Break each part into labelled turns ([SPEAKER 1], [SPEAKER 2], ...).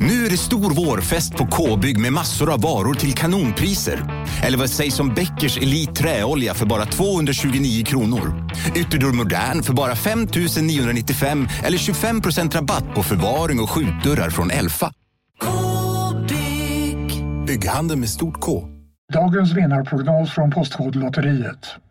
[SPEAKER 1] Nu är det stor vårfest på K-bygg med massor av varor till kanonpriser. Eller vad sägs om Bäckers Elite Träolja för bara 229 kronor? Ytterdörr Modern för bara 5 995 eller 25 rabatt på förvaring och skjutdörrar från Elfa.
[SPEAKER 2] K-bygg.
[SPEAKER 1] Bygghandeln med stort K.
[SPEAKER 3] Dagens vinnarprognos från Postkodlotteriet.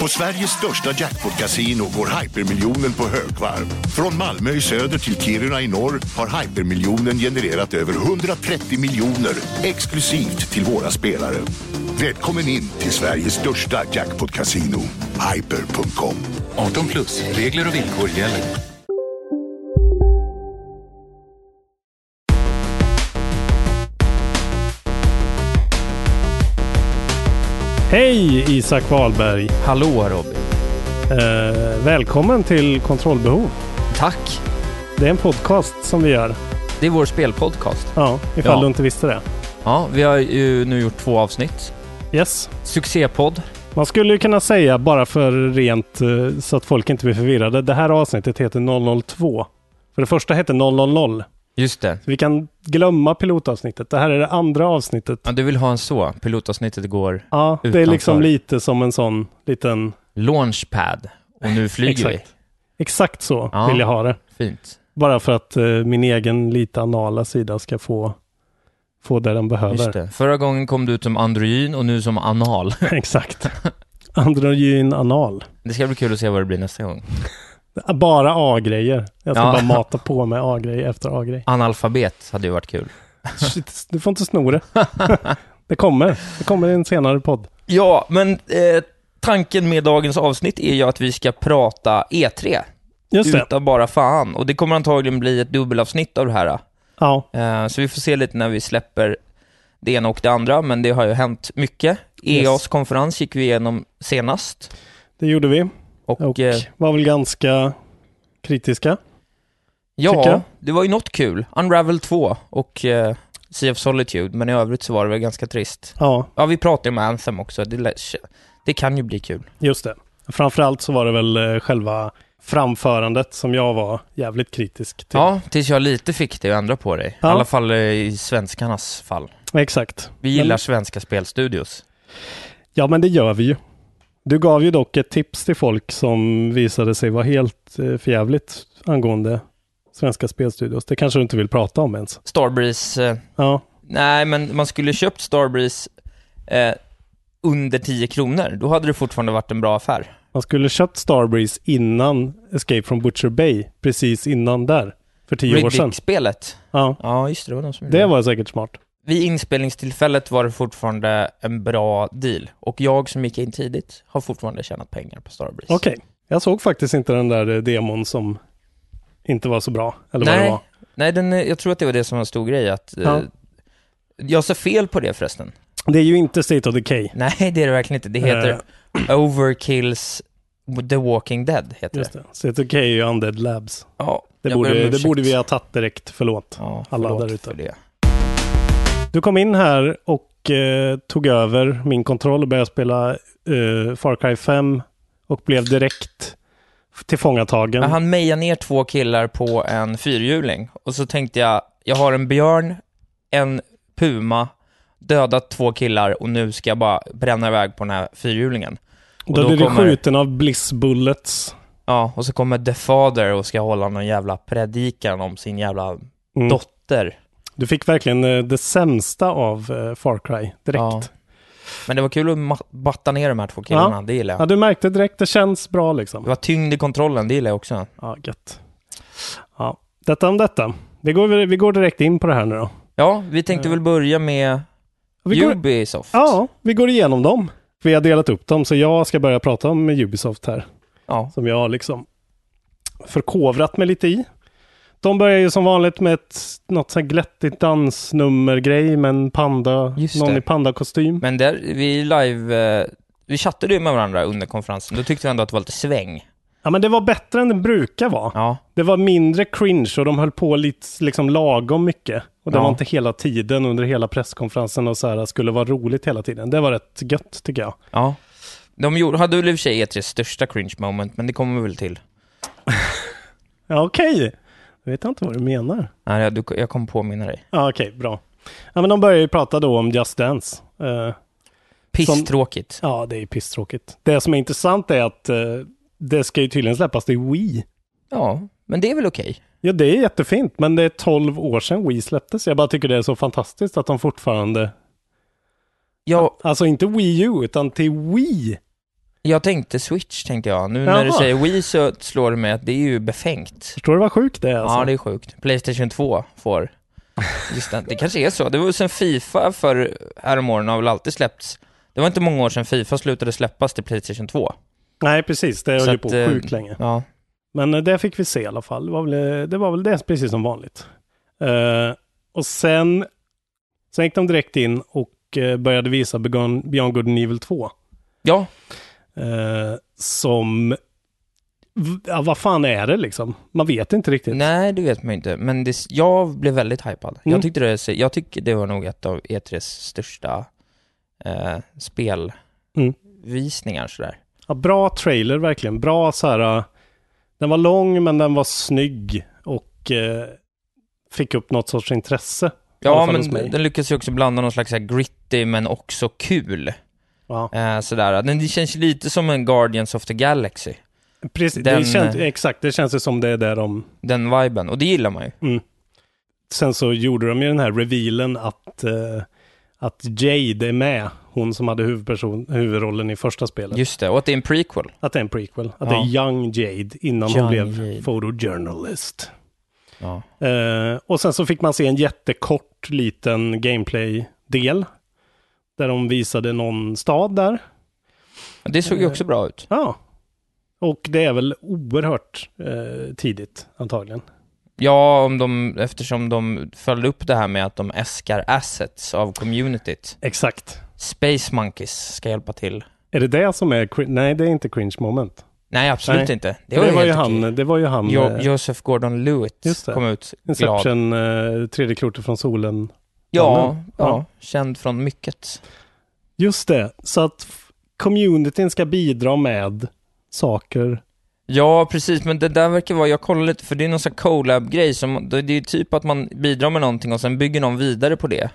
[SPEAKER 4] På Sveriges största jackpot-kasino går hypermiljonen på högvarv. Från Malmö i söder till Kiruna i norr har hypermiljonen genererat över 130 miljoner exklusivt till våra spelare. Välkommen in till Sveriges största jackpot-kasino, hyper.com.
[SPEAKER 5] 18 plus, regler och villkor gäller.
[SPEAKER 6] Hej Isak Wahlberg!
[SPEAKER 7] Hallå Robin.
[SPEAKER 6] Eh, välkommen till Kontrollbehov.
[SPEAKER 7] Tack.
[SPEAKER 6] Det är en podcast som vi gör.
[SPEAKER 7] Det är vår spelpodcast.
[SPEAKER 6] Ja, ifall
[SPEAKER 7] Ja.
[SPEAKER 6] du inte visste det.
[SPEAKER 7] Ja, vi har ju nu gjort två avsnitt.
[SPEAKER 6] Yes.
[SPEAKER 7] Succépodd.
[SPEAKER 6] Man skulle ju kunna säga, bara för rent eh, så att folk inte blir förvirrade, det här avsnittet heter 002. För det första hette 000.
[SPEAKER 7] Just det.
[SPEAKER 6] Så vi kan glömma pilotavsnittet. Det här är det andra avsnittet.
[SPEAKER 7] Ja, du vill ha en så. Pilotavsnittet går
[SPEAKER 6] Ja, det är
[SPEAKER 7] Utanför.
[SPEAKER 6] liksom lite som en sån liten...
[SPEAKER 7] launchpad och nu flyger vi.
[SPEAKER 6] Exakt. Exakt så
[SPEAKER 7] Ja.
[SPEAKER 6] vill jag ha det.
[SPEAKER 7] Fint.
[SPEAKER 6] Bara för att eh, min egen lite anala sida ska få, få det den
[SPEAKER 7] Just
[SPEAKER 6] behöver.
[SPEAKER 7] det. Förra gången kom du ut som androgyn och nu som anal.
[SPEAKER 6] Exakt. Androgyn anal.
[SPEAKER 7] Det ska bli kul att se vad det blir nästa gång.
[SPEAKER 6] Bara A-grejer. Jag ska
[SPEAKER 7] Ja.
[SPEAKER 6] bara mata på mig A-grej efter A-grej.
[SPEAKER 7] Analfabet hade ju varit kul.
[SPEAKER 6] Shit, du får inte sno det. det kommer. Det kommer i en senare podd.
[SPEAKER 7] Ja, men eh, tanken med dagens avsnitt är ju att vi ska prata E3.
[SPEAKER 6] Just det.
[SPEAKER 7] Utav bara fan. Och det kommer antagligen bli ett dubbelavsnitt av det här.
[SPEAKER 6] Ja,
[SPEAKER 7] Eh, Så vi får se lite när vi släpper det ena och det andra, men det har ju hänt mycket.
[SPEAKER 6] Yes.
[SPEAKER 7] EAs konferens gick vi igenom senast.
[SPEAKER 6] det gjorde vi.
[SPEAKER 7] Och,
[SPEAKER 6] Och
[SPEAKER 7] eh,
[SPEAKER 6] var väl ganska kritiska. tycker jag.
[SPEAKER 7] ja, det var ju något kul. Unravel 2 och eh, Sea of Solitude, men i övrigt så var det väl ganska trist.
[SPEAKER 6] Ja,
[SPEAKER 7] Ja, vi pratade ju om Anthem också. Det, lä- det kan ju bli kul.
[SPEAKER 6] just det. Framförallt så var det väl eh, själva framförandet som jag var jävligt kritisk till.
[SPEAKER 7] Ja, tills jag lite fick dig att ändra på dig.
[SPEAKER 6] Ja.
[SPEAKER 7] I alla fall eh, i svenskarnas fall.
[SPEAKER 6] Exakt.
[SPEAKER 7] Vi gillar
[SPEAKER 6] Men-
[SPEAKER 7] svenska spelstudios.
[SPEAKER 6] Ja, men det gör vi ju. Du gav ju dock ett tips till folk som visade sig vara helt eh, förjävligt angående svenska spelstudios. Det kanske du inte vill prata om ens.
[SPEAKER 7] Starbreeze eh,
[SPEAKER 6] Ja,
[SPEAKER 7] Nej, men man skulle köpt Starbreeze eh, under 10 kronor. Då hade det fortfarande varit en bra affär.
[SPEAKER 6] man skulle köpt Starbreeze innan Escape from Butcher Bay, precis innan där, för tio år sedan.
[SPEAKER 7] Riddick-spelet.
[SPEAKER 6] Ja,
[SPEAKER 7] Ja, just det. Det var de som gjorde
[SPEAKER 6] det var säkert smart.
[SPEAKER 7] Vid inspelningstillfället var det fortfarande en bra deal. Och jag som gick in tidigt har fortfarande tjänat pengar på Starbreeze.
[SPEAKER 6] Okej, jag såg faktiskt inte den där eh, demon som inte var så bra, eller vad det
[SPEAKER 7] Nej,
[SPEAKER 6] var.
[SPEAKER 7] nej den, eh, jag tror att det var det som var en stor grej. Att, eh,
[SPEAKER 6] Ja.
[SPEAKER 7] Jag sa fel på det förresten.
[SPEAKER 6] Det är ju inte State of Decay.
[SPEAKER 7] Nej, det är det verkligen inte. Det heter Overkills The Walking Dead. Heter
[SPEAKER 6] Just
[SPEAKER 7] det.
[SPEAKER 6] det. State of Decay är ju Undead Labs.
[SPEAKER 7] Ja,
[SPEAKER 6] Det,
[SPEAKER 7] jag ber om
[SPEAKER 6] borde, det
[SPEAKER 7] ursäkt.
[SPEAKER 6] borde vi ha tagit direkt, förlåt.
[SPEAKER 7] ja,
[SPEAKER 6] alla
[SPEAKER 7] förlåt
[SPEAKER 6] där ute.
[SPEAKER 7] för det.
[SPEAKER 6] Du kom in här och eh, tog över min kontroll och började spela eh, Far Cry 5 och blev direkt tillfångatagen.
[SPEAKER 7] Men han mejade ner två killar på en fyrhjuling och så tänkte jag, jag har en björn, en puma, dödat två killar och nu ska jag bara bränna iväg på den här fyrhjulingen.
[SPEAKER 6] då,
[SPEAKER 7] och då
[SPEAKER 6] blev du
[SPEAKER 7] kommer-
[SPEAKER 6] skjuten av Bliss Bullets.
[SPEAKER 7] Ja, och så kommer The Father och ska hålla någon jävla predikan om sin jävla
[SPEAKER 6] Mm.
[SPEAKER 7] dotter.
[SPEAKER 6] Du fick verkligen eh, det sämsta av eh, Far Cry direkt. Ja.
[SPEAKER 7] Ja. Men det var kul att ma- batta ner de här två killarna, det gillar jag.
[SPEAKER 6] du märkte direkt, det känns bra
[SPEAKER 7] Det
[SPEAKER 6] liksom.
[SPEAKER 7] var tyngd i kontrollen, det gillar jag också.
[SPEAKER 6] Ja, gött. Ja, detta om detta. Vi går, vi går direkt in på det här nu då.
[SPEAKER 7] Ja, vi tänkte väl börja med
[SPEAKER 6] Vi går,
[SPEAKER 7] Ubisoft.
[SPEAKER 6] ja, vi går igenom dem. Vi har delat upp dem, så jag ska börja prata om Ubisoft här.
[SPEAKER 7] ja.
[SPEAKER 6] som jag har liksom förkovrat mig lite i. De börjar ju som vanligt med ett, något så här glättigt dansnummergrej med en panda,
[SPEAKER 7] Just
[SPEAKER 6] någon
[SPEAKER 7] det.
[SPEAKER 6] i pandakostym.
[SPEAKER 7] Men där, vi live... eh, Vi chattade ju med varandra under konferensen. Då tyckte vi ändå att det var lite sväng.
[SPEAKER 6] Ja, men det var bättre än det brukar vara.
[SPEAKER 7] Ja.
[SPEAKER 6] Det var mindre cringe och de höll på lite liksom lagom mycket. Och det
[SPEAKER 7] Ja.
[SPEAKER 6] var inte hela tiden under hela presskonferensen och så här skulle vara roligt hela tiden. Det var rätt gött tycker jag.
[SPEAKER 7] Ja. De gjorde, hade väl i och för sig E3s största cringe moment, men det kommer vi väl till.
[SPEAKER 6] Ja, okej. Jag vet inte vad du menar.
[SPEAKER 7] Nej, jag, du, jag kommer påminna dig.
[SPEAKER 6] Ja, okej, bra. Ja, men de börjar ju prata då om Just Dance. Eh,
[SPEAKER 7] Pisstråkigt.
[SPEAKER 6] ja, det är ju pisstråkigt. Det som är intressant är att eh, det ska ju tydligen släppas till Wii.
[SPEAKER 7] Ja, men det är väl okej.
[SPEAKER 6] Ja, det är jättefint, men det är 12 år sedan Wii släpptes. Jag bara tycker det är så fantastiskt att de fortfarande...
[SPEAKER 7] Jag,
[SPEAKER 6] Alltså inte Wii U, utan till Wii.
[SPEAKER 7] jag tänkte Switch, tänkte jag. Nu när du
[SPEAKER 6] Jaha.
[SPEAKER 7] säger Wii så slår det mig att det är ju befängt.
[SPEAKER 6] Förstår du vad sjukt det är? Alltså?
[SPEAKER 7] Ja, det är sjukt. Playstation 2 får... Just det, det kanske är så. Det var ju sen Fifa för häromåren har väl alltid släppts. Det var inte många år sedan Fifa slutade släppas till Playstation 2.
[SPEAKER 6] Nej, precis. Det
[SPEAKER 7] Så
[SPEAKER 6] höll ju
[SPEAKER 7] att,
[SPEAKER 6] på
[SPEAKER 7] eh,
[SPEAKER 6] sjukt länge.
[SPEAKER 7] Ja.
[SPEAKER 6] Men eh, det fick vi se i alla fall. Det var väl eh, det, var väl det precis som vanligt. Eh, och sen, sen gick de direkt in och eh, började visa Beyond Beyond Good and Evil 2.
[SPEAKER 7] ja,
[SPEAKER 6] eh, som... v- Ja, vad fan är det liksom? Man vet inte riktigt.
[SPEAKER 7] nej det vet man ju inte. Men det, jag blev väldigt hypad.
[SPEAKER 6] Mm.
[SPEAKER 7] Jag, tyckte det, jag tycker det var nog ett av E3s största eh,
[SPEAKER 6] Mm.
[SPEAKER 7] spelvisningar sådär.
[SPEAKER 6] Ja, bra trailer verkligen. Bra så här... eh, Den var lång men den var snygg och eh, fick upp något sorts intresse. I alla
[SPEAKER 7] Ja,
[SPEAKER 6] fall hos
[SPEAKER 7] men
[SPEAKER 6] mig.
[SPEAKER 7] den lyckas ju också blanda någon slags så här gritty men också kul.
[SPEAKER 6] Ja.
[SPEAKER 7] Eh, sådär. Den, det känns ju lite som en Guardians of the Galaxy.
[SPEAKER 6] Precis,
[SPEAKER 7] Eh, Den-
[SPEAKER 6] det känns, exakt. Det känns ju som det är där de...
[SPEAKER 7] Den viben. Och det gillar man ju.
[SPEAKER 6] Sen så gjorde de ju den här revealen att, eh, att Jade är med. Hon som hade huvudperson, huvudrollen i första spelet.
[SPEAKER 7] Just det, och att det är en prequel.
[SPEAKER 6] Att det är en prequel. Att det
[SPEAKER 7] Ja.
[SPEAKER 6] är Young Jade innan
[SPEAKER 7] Young
[SPEAKER 6] hon blev
[SPEAKER 7] Jade.
[SPEAKER 6] photojournalist.
[SPEAKER 7] Ja.
[SPEAKER 6] Eh, och sen så fick man se en jättekort liten gameplay-del. Där de visade någon stad där.
[SPEAKER 7] Det såg
[SPEAKER 6] Mm.
[SPEAKER 7] ju också bra ut.
[SPEAKER 6] Ja. Och det är väl oerhört eh, tidigt antagligen.
[SPEAKER 7] Ja, om de, eftersom de följde upp det här med att de äskar assets av communityt.
[SPEAKER 6] Exakt.
[SPEAKER 7] Space Monkeys ska hjälpa till.
[SPEAKER 6] Är det det som är... cri- Nej, det är inte cringe moment.
[SPEAKER 7] Nej, absolut
[SPEAKER 6] Nej.
[SPEAKER 7] inte. Det
[SPEAKER 6] Det var,
[SPEAKER 7] var,
[SPEAKER 6] ju
[SPEAKER 7] helt okej.
[SPEAKER 6] han, det var ju han,
[SPEAKER 7] Jo,
[SPEAKER 6] jo,
[SPEAKER 7] Joseph Gordon-Lewitt
[SPEAKER 6] Just det.
[SPEAKER 7] kom ut glad.
[SPEAKER 6] Inception, eh, tredje klotet från solen.
[SPEAKER 7] Ja, ja,
[SPEAKER 6] Ja.
[SPEAKER 7] känd från mycket.
[SPEAKER 6] Just det, så att f- communityn ska bidra med saker.
[SPEAKER 7] Ja, precis, men det där verkar vara, jag kollade lite, för det är någon sån här collab-grej som, det det är ju typ att man bidrar med någonting och sen bygger någon vidare på det.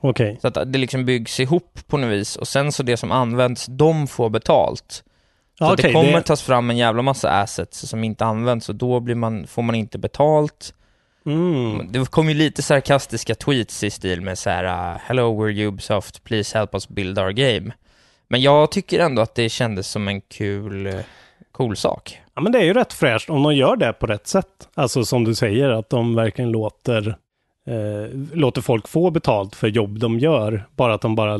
[SPEAKER 6] Okej,
[SPEAKER 7] Så att det liksom byggs ihop på något vis och sen så det som används, de får betalt. Så
[SPEAKER 6] Ja,
[SPEAKER 7] att det
[SPEAKER 6] okej,
[SPEAKER 7] kommer
[SPEAKER 6] det-
[SPEAKER 7] tas fram en jävla massa assets som inte används och då blir man, får man inte betalt.
[SPEAKER 6] mm.
[SPEAKER 7] Det kom ju lite sarkastiska tweets i stil med så här uh, “Hello, we're Ubisoft, please help us build our game”. Men jag tycker ändå att det kändes som en kul, eh, cool sak.
[SPEAKER 6] ja, men det är ju rätt fräscht om de gör det på rätt sätt. Alltså som du säger, att de verkligen låter, eh, låter folk få betalt för jobb de gör. Bara att de bara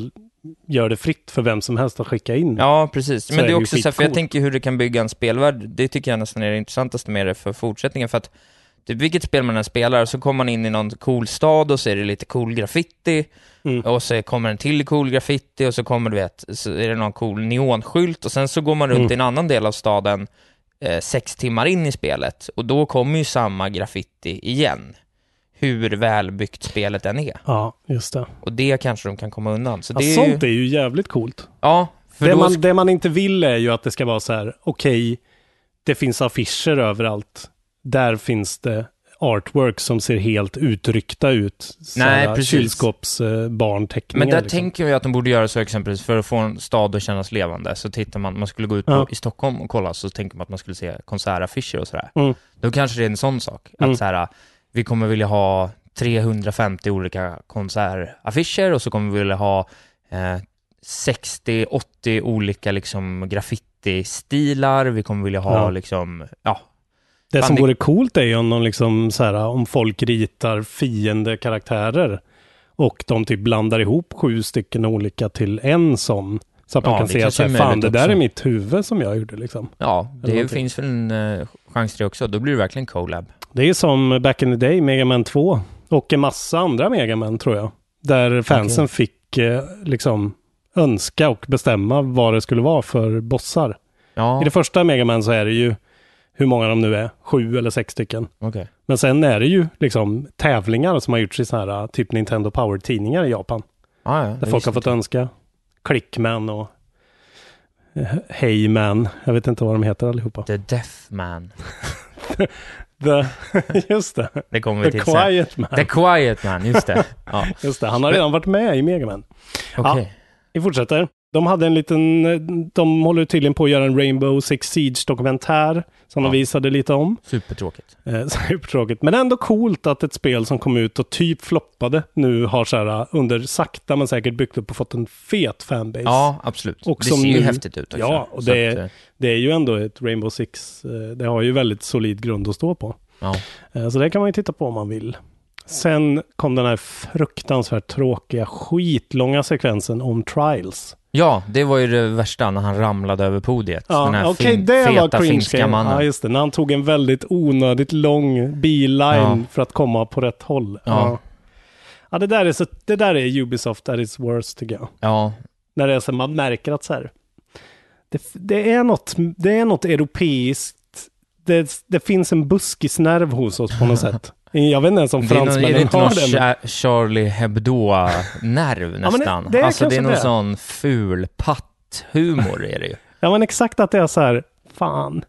[SPEAKER 6] gör det fritt för vem som helst att skicka in.
[SPEAKER 7] Ja, precis.
[SPEAKER 6] Så
[SPEAKER 7] Men
[SPEAKER 6] är
[SPEAKER 7] det är
[SPEAKER 6] det ju
[SPEAKER 7] också så här, för jag
[SPEAKER 6] skitcoolt.
[SPEAKER 7] tänker hur du kan bygga en spelvärld, det tycker jag nästan är det intressantaste med det för fortsättningen, för att typ vilket spel man än spelar, så kommer man in i någon cool stad och så är det lite cool graffiti,
[SPEAKER 6] Mm.
[SPEAKER 7] och så kommer en till cool graffiti, och så kommer du vet, så är det någon cool neonskylt, och sen så går man runt
[SPEAKER 6] Mm.
[SPEAKER 7] i en annan del av staden eh, sex timmar in i spelet, och då kommer ju samma graffiti igen. Hur välbyggt spelet än är.
[SPEAKER 6] Ja, just det.
[SPEAKER 7] Och det kanske de kan komma undan. Så
[SPEAKER 6] Ja,
[SPEAKER 7] det är
[SPEAKER 6] sånt
[SPEAKER 7] ju...
[SPEAKER 6] är ju jävligt coolt.
[SPEAKER 7] Ja, för
[SPEAKER 6] det,
[SPEAKER 7] då
[SPEAKER 6] man,
[SPEAKER 7] sk-
[SPEAKER 6] det man inte vill är ju att det ska vara så här, okej, det finns affischer överallt. Där finns det artwork som ser helt utryckta ut. Så
[SPEAKER 7] Nej,
[SPEAKER 6] här
[SPEAKER 7] precis.
[SPEAKER 6] Kylskåpsbarnteckningar.
[SPEAKER 7] Men där
[SPEAKER 6] liksom.
[SPEAKER 7] tänker jag att de borde göra så exempelvis för att få en stad att kännas levande. Så tittar man, man skulle gå ut på,
[SPEAKER 6] Ja.
[SPEAKER 7] i Stockholm och kolla, så tänker man att man skulle se konsertaffischer och sådär.
[SPEAKER 6] Mm.
[SPEAKER 7] Då kanske det är en sån sak. Att
[SPEAKER 6] Mm.
[SPEAKER 7] så här, vi kommer vilja ha 350 olika konsertaffischer och så kommer vi vilja ha eh, 60-80 olika liksom graffiti-stilar. Vi kommer vilja ha
[SPEAKER 6] Ja.
[SPEAKER 7] liksom, ja,
[SPEAKER 6] Det
[SPEAKER 7] Fan,
[SPEAKER 6] som
[SPEAKER 7] det-
[SPEAKER 6] vore coolt är ju om, de liksom så här, om folk ritar fiendekaraktärer och de typ blandar ihop sju stycken olika till en sån. Så att
[SPEAKER 7] Ja,
[SPEAKER 6] man kan
[SPEAKER 7] det
[SPEAKER 6] säga
[SPEAKER 7] kanske
[SPEAKER 6] så
[SPEAKER 7] är
[SPEAKER 6] här, fan
[SPEAKER 7] möjligt
[SPEAKER 6] det där
[SPEAKER 7] också."
[SPEAKER 6] är mitt huvud som jag gjorde liksom.
[SPEAKER 7] ja
[SPEAKER 6] Eller
[SPEAKER 7] det
[SPEAKER 6] någonting.
[SPEAKER 7] finns väl en eh, chans till det också. Då blir det verkligen collab.
[SPEAKER 6] Det är som back in the day, Mega Man 2 och en massa andra Mega Man tror jag. Där fansen fick eh, liksom önska och bestämma vad det skulle vara för bossar.
[SPEAKER 7] Ja,
[SPEAKER 6] I det första Mega Man så är det ju hur många de nu är, sju eller sex stycken.
[SPEAKER 7] okej.
[SPEAKER 6] Men sen är det ju liksom tävlingar som har gjorts i sådana här typ Nintendo Power-tidningar i Japan.
[SPEAKER 7] Ah, ja,
[SPEAKER 6] Där
[SPEAKER 7] det
[SPEAKER 6] folk har
[SPEAKER 7] visste
[SPEAKER 6] fått
[SPEAKER 7] inte.
[SPEAKER 6] önska. Clickman och eh, Heyman. Jag vet inte vad de heter allihopa.
[SPEAKER 7] The Deaf Man.
[SPEAKER 6] The, just det.
[SPEAKER 7] Det kommer vi
[SPEAKER 6] The
[SPEAKER 7] till sen.
[SPEAKER 6] Quiet Man.
[SPEAKER 7] The Quiet Man, just det. Ja,
[SPEAKER 6] Just det, han har redan varit med i Mega Man.
[SPEAKER 7] okej.
[SPEAKER 6] Vi fortsätter. De hade en liten, eh, de håller tydligen på att göra en Rainbow Six Siege-dokumentär som
[SPEAKER 7] Ja.
[SPEAKER 6] de visade lite om.
[SPEAKER 7] Supertråkigt.
[SPEAKER 6] Eh, Supertråkigt, men ändå coolt att ett spel som kom ut och typ floppade nu har så här eh, under sakta men säkert byggt upp och fått en fet fanbase.
[SPEAKER 7] Ja, absolut.
[SPEAKER 6] Och
[SPEAKER 7] det
[SPEAKER 6] som
[SPEAKER 7] ser ju
[SPEAKER 6] nu-
[SPEAKER 7] häftigt ut också.
[SPEAKER 6] Ja, och
[SPEAKER 7] Så
[SPEAKER 6] det-
[SPEAKER 7] att, eh,
[SPEAKER 6] Det är ju ändå ett Rainbow Six, eh, det har ju väldigt solid grund att stå på.
[SPEAKER 7] ja.
[SPEAKER 6] Eh, Så det kan man ju titta på om man vill. Sen kom den här fruktansvärt tråkiga, skitlånga sekvensen om Trials.
[SPEAKER 7] ja, det var ju det värsta när han ramlade över podiet. den här
[SPEAKER 6] okej,
[SPEAKER 7] fin,
[SPEAKER 6] det
[SPEAKER 7] feta
[SPEAKER 6] var cringe
[SPEAKER 7] finska
[SPEAKER 6] grejen.
[SPEAKER 7] mannen.
[SPEAKER 6] Ja, just det. När han tog en väldigt onödigt lång biline
[SPEAKER 7] Ja.
[SPEAKER 6] för att komma på rätt håll.
[SPEAKER 7] Ja.
[SPEAKER 6] Ja, ja det, där är så, det där är Ubisoft at its worst, tycker jag.
[SPEAKER 7] Ja,
[SPEAKER 6] När det är så, man märker att så här, det, det, är något, det är något europeiskt. Det, det finns en buskisnerv hos oss på något sätt. Jag vet inte ens om
[SPEAKER 7] det är, någon, är det
[SPEAKER 6] fransmännen
[SPEAKER 7] inte någon
[SPEAKER 6] har det. men-
[SPEAKER 7] Cha- Charlie Hebdo-nerv
[SPEAKER 6] men det-
[SPEAKER 7] nästan?
[SPEAKER 6] det är
[SPEAKER 7] alltså det
[SPEAKER 6] kanske
[SPEAKER 7] är någon
[SPEAKER 6] det.
[SPEAKER 7] sån ful patthumor är det ju.
[SPEAKER 6] Ja men exakt att det är så här, fan.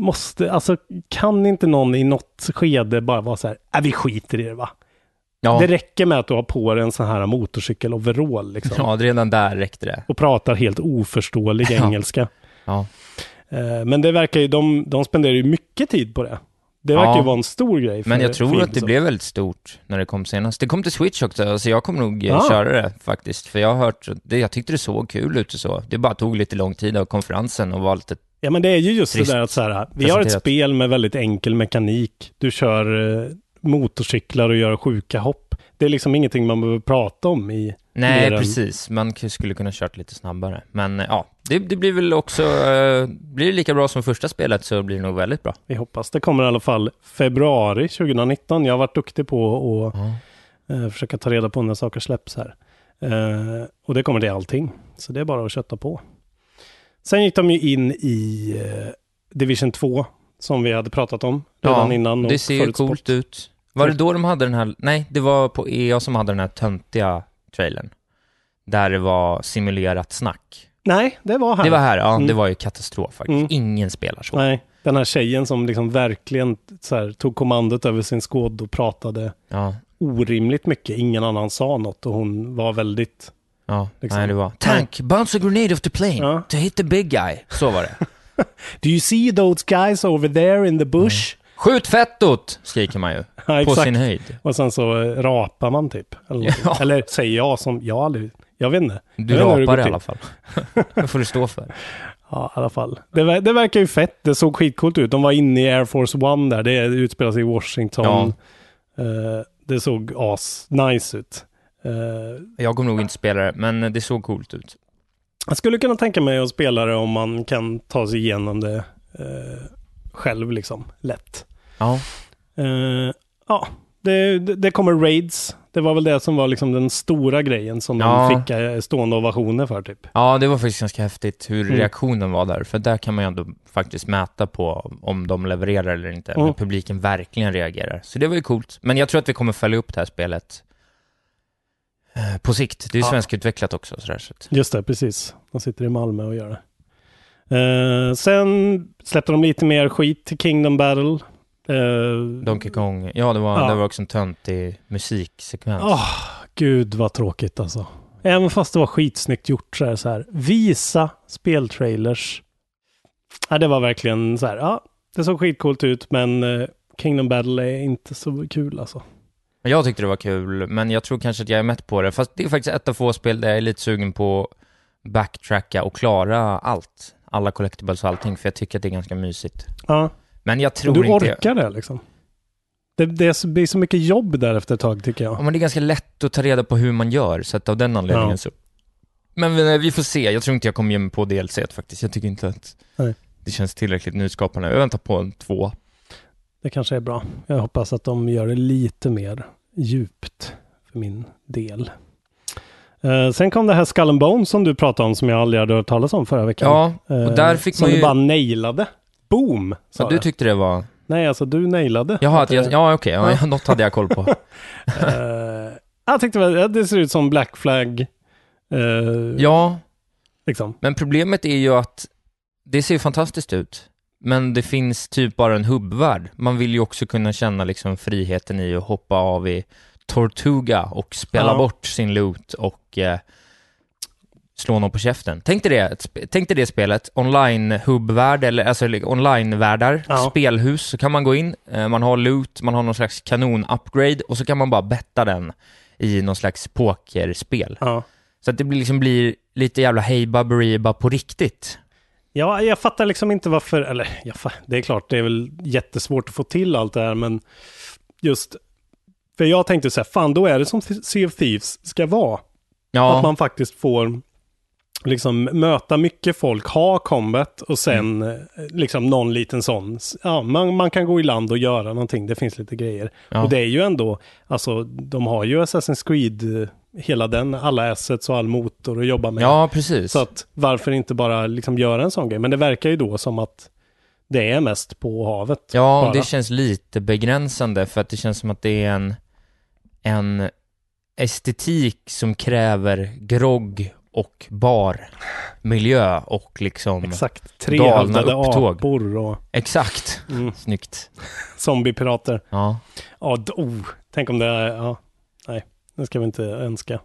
[SPEAKER 6] Måste, alltså kan inte någon i något skede bara vara så här, äh, vi skiter i det va?
[SPEAKER 7] Ja,
[SPEAKER 6] Det räcker med att du har på dig en sån här motorcykel-overall liksom.
[SPEAKER 7] ja redan där räckte det.
[SPEAKER 6] Och pratar helt oförståelig
[SPEAKER 7] Ja.
[SPEAKER 6] engelska.
[SPEAKER 7] Ja.
[SPEAKER 6] Eh, Men det verkar ju, de, de spenderar ju mycket tid på det. Det
[SPEAKER 7] Ja.
[SPEAKER 6] verkar ju vara en stor grej. För,
[SPEAKER 7] Men jag tror
[SPEAKER 6] för
[SPEAKER 7] att det
[SPEAKER 6] Ubisoft.
[SPEAKER 7] blev väldigt stort när det kom senast. Det kom till Switch också, så jag kommer nog eh,
[SPEAKER 6] Ah.
[SPEAKER 7] köra det faktiskt. För jag har hört, det, jag tyckte det såg kul ut och så. Det bara tog lite lång tid av konferensen och var lite,
[SPEAKER 6] Ja men det är ju just
[SPEAKER 7] Trist
[SPEAKER 6] det där att så här, vi har ett
[SPEAKER 7] presenterat.
[SPEAKER 6] spel med väldigt enkel mekanik. Du kör eh, motorcyklar och gör sjuka hopp. Det är liksom ingenting man behöver prata om i
[SPEAKER 7] nej
[SPEAKER 6] Mer än-
[SPEAKER 7] precis, man k- skulle kunna kört lite snabbare. Men eh, ja, det, det blir väl också, eh, blir det lika bra som första spelet så blir det nog väldigt bra.
[SPEAKER 6] Vi hoppas det kommer i alla fall februari 2019. Jag har varit duktig på att eh, försöka ta reda på när saker släpps här. Eh, och det kommer till allting. Så det är bara att kötta på. Sen gick de ju in i eh, Division 2 som vi hade pratat om redan innan.
[SPEAKER 7] Det
[SPEAKER 6] och
[SPEAKER 7] ser ju
[SPEAKER 6] förutspått.
[SPEAKER 7] coolt ut. Var det då de hade den här, nej, det var på EA som hade den här töntiga trailern. Där det var simulerat snack.
[SPEAKER 6] Nej, det var här.
[SPEAKER 7] Det var här, ja,
[SPEAKER 6] Mm.
[SPEAKER 7] det var ju katastrof faktiskt.
[SPEAKER 6] Mm.
[SPEAKER 7] Ingen spelar så.
[SPEAKER 6] Nej, den här tjejen som liksom verkligen så här, tog kommandot över sin skåd och pratade
[SPEAKER 7] Ja,
[SPEAKER 6] orimligt mycket. Ingen annan sa något och hon var väldigt...
[SPEAKER 7] ja,
[SPEAKER 6] Liksom.
[SPEAKER 7] nej det var. Tank, bounce a grenade off the plane
[SPEAKER 6] Ja.
[SPEAKER 7] to hit the big guy. Så var det.
[SPEAKER 6] Do you see those guys over there in the bush?
[SPEAKER 7] Skjut fettot, skriker man ju.
[SPEAKER 6] Ja,
[SPEAKER 7] på
[SPEAKER 6] exakt.
[SPEAKER 7] sin höjd.
[SPEAKER 6] Och sen så eh, rapar man typ. Eller, någonting.
[SPEAKER 7] Ja.
[SPEAKER 6] eller säger jag som, jag har aldrig, jag vet inte.
[SPEAKER 7] Du
[SPEAKER 6] jag vet inte hur det
[SPEAKER 7] rapar
[SPEAKER 6] går
[SPEAKER 7] i
[SPEAKER 6] till.
[SPEAKER 7] alla fall. det får du stå för.
[SPEAKER 6] Ja, i alla fall. Det, ver- det verkar ju fett. Det såg skitcoolt ut. De var inne i Air Force One där. Det utspelar sig i Washington.
[SPEAKER 7] Ja.
[SPEAKER 6] Eh, det såg as-nice ut. Eh,
[SPEAKER 7] Jag kommer nog inte spela det, men det såg coolt ut.
[SPEAKER 6] jag skulle kunna tänka mig att spela det om man kan ta sig igenom det eh, själv liksom, lätt.
[SPEAKER 7] Ja,
[SPEAKER 6] Eh, ja, det, det det kommer raids. Det var väl det som var liksom den stora grejen som
[SPEAKER 7] Ja.
[SPEAKER 6] de fick eh, stående ovationer för typ.
[SPEAKER 7] Ja, det var faktiskt ganska häftigt hur
[SPEAKER 6] Mm.
[SPEAKER 7] reaktionen var där, för där kan man ju ändå faktiskt mäta på om de levererar eller inte,
[SPEAKER 6] Mm.
[SPEAKER 7] när publiken verkligen reagerar. Så det var ju coolt. Men jag tror att vi kommer följa upp det här spelet eh, på sikt. Det är ju
[SPEAKER 6] Ja.
[SPEAKER 7] svenskutvecklat också, sådär, så att,
[SPEAKER 6] Just det, precis. De sitter i Malmö och gör det. Eh, sen släppte de lite mer skit till Kingdom Battle. Eh,
[SPEAKER 7] Donkey Kong, ja det var,
[SPEAKER 6] Ja.
[SPEAKER 7] Det var också en töntig musiksekvens.
[SPEAKER 6] Åh, gud vad tråkigt alltså. Även fast det var skitsnyggt gjort så här, så här. Visa speltrailers. Ja, det var verkligen så här. Ja, det såg skitcoolt ut, men eh, Kingdom Battle är inte så kul alltså.
[SPEAKER 7] Men Jag tyckte det var kul, men jag tror kanske att jag är mätt på det. Fast det är faktiskt ett av få spel där jag är lite sugen på att backtracka och klara allt. Alla collectibles och allting, för jag tycker att det är ganska mysigt.
[SPEAKER 6] Ja,
[SPEAKER 7] Men jag
[SPEAKER 6] men
[SPEAKER 7] tror
[SPEAKER 6] du
[SPEAKER 7] inte...
[SPEAKER 6] orkar det liksom. Det, det är så- blir så mycket jobb där efter ett tag tycker
[SPEAKER 7] Ja,
[SPEAKER 6] jag.
[SPEAKER 7] men det är ganska lätt att ta reda på hur man gör, så att av den anledningen
[SPEAKER 6] Ja.
[SPEAKER 7] så... Men eh, vi, vi får se, jag tror inte jag kommer ge mig på DLC t faktiskt. Jag tycker inte att
[SPEAKER 6] Nej.
[SPEAKER 7] det känns tillräckligt nyskapande. Jag väntar på en två.
[SPEAKER 6] Det Det kanske är bra. Jag hoppas att de gör det lite mer djupt för min del. Eh, sen kom det här Skull and Bones som du pratade om som jag aldrig hade hört talas om förra veckan.
[SPEAKER 7] Ja, och där fick
[SPEAKER 6] Eh, som
[SPEAKER 7] man
[SPEAKER 6] du
[SPEAKER 7] ju-
[SPEAKER 6] bara nailade. Boom! Sa
[SPEAKER 7] Ja, du
[SPEAKER 6] jag.
[SPEAKER 7] tyckte det var...
[SPEAKER 6] Nej, alltså du nailade. Eh,
[SPEAKER 7] Jaha, att
[SPEAKER 6] Heter
[SPEAKER 7] jag,
[SPEAKER 6] det.
[SPEAKER 7] ja okej, ja, något hade jag koll på.
[SPEAKER 6] Eh, jag tyckte väl- ja, det ser ut som Black Flag. eh,
[SPEAKER 7] Ja,
[SPEAKER 6] liksom.
[SPEAKER 7] men problemet är ju att det ser ju fantastiskt ut, men det finns typ bara en hubbvärld. Man vill ju också kunna känna liksom friheten i att hoppa av i Tortuga och spela
[SPEAKER 6] Ja.
[SPEAKER 7] bort sin loot och eh, slå någon på käften. Tänk dig det, sp- tänk dig det spelet, online-hubbvärld, eller alltså li- online-världar,
[SPEAKER 6] Ja.
[SPEAKER 7] spelhus, så kan man gå in, eh, man har loot, man har någon slags kanon-upgrade och så kan man bara betta den i någon slags pokerspel.
[SPEAKER 6] Ja.
[SPEAKER 7] Så att det blir liksom blir lite jävla hej baberiba på riktigt.
[SPEAKER 6] ja, jag fattar liksom inte varför, eller jag fa- det är klart, det är väl jättesvårt att få till allt det här, men just, för jag tänkte så här, fan då är det som Sea of Thieves ska vara.
[SPEAKER 7] Ja,
[SPEAKER 6] Att man faktiskt får liksom möta mycket folk, ha combat och sen
[SPEAKER 7] Mm.
[SPEAKER 6] eh, liksom någon liten sån. s- Ja, man, man kan gå i land och göra någonting, det finns lite grejer.
[SPEAKER 7] Ja.
[SPEAKER 6] Och det är ju ändå, alltså de har ju Assassin's Creed, eh, hela den, alla assets och all motor att jobba med.
[SPEAKER 7] ja precis.
[SPEAKER 6] Så att varför inte bara liksom göra en sån grej? Men det verkar ju då som att det är mest på havet.
[SPEAKER 7] ja,
[SPEAKER 6] bara.
[SPEAKER 7] det känns lite begränsande för att det känns som att det är en, en estetik som kräver grogg och barmiljö och liksom...
[SPEAKER 6] Exakt, tre
[SPEAKER 7] Galna
[SPEAKER 6] hövdade
[SPEAKER 7] upptåg.
[SPEAKER 6] apor och
[SPEAKER 7] Exakt.
[SPEAKER 6] Mm.
[SPEAKER 7] Snyggt.
[SPEAKER 6] zombiepirater.
[SPEAKER 7] Ja.
[SPEAKER 6] Ja, d- oh, tänk om det är, ja, nej, nu ska vi inte önska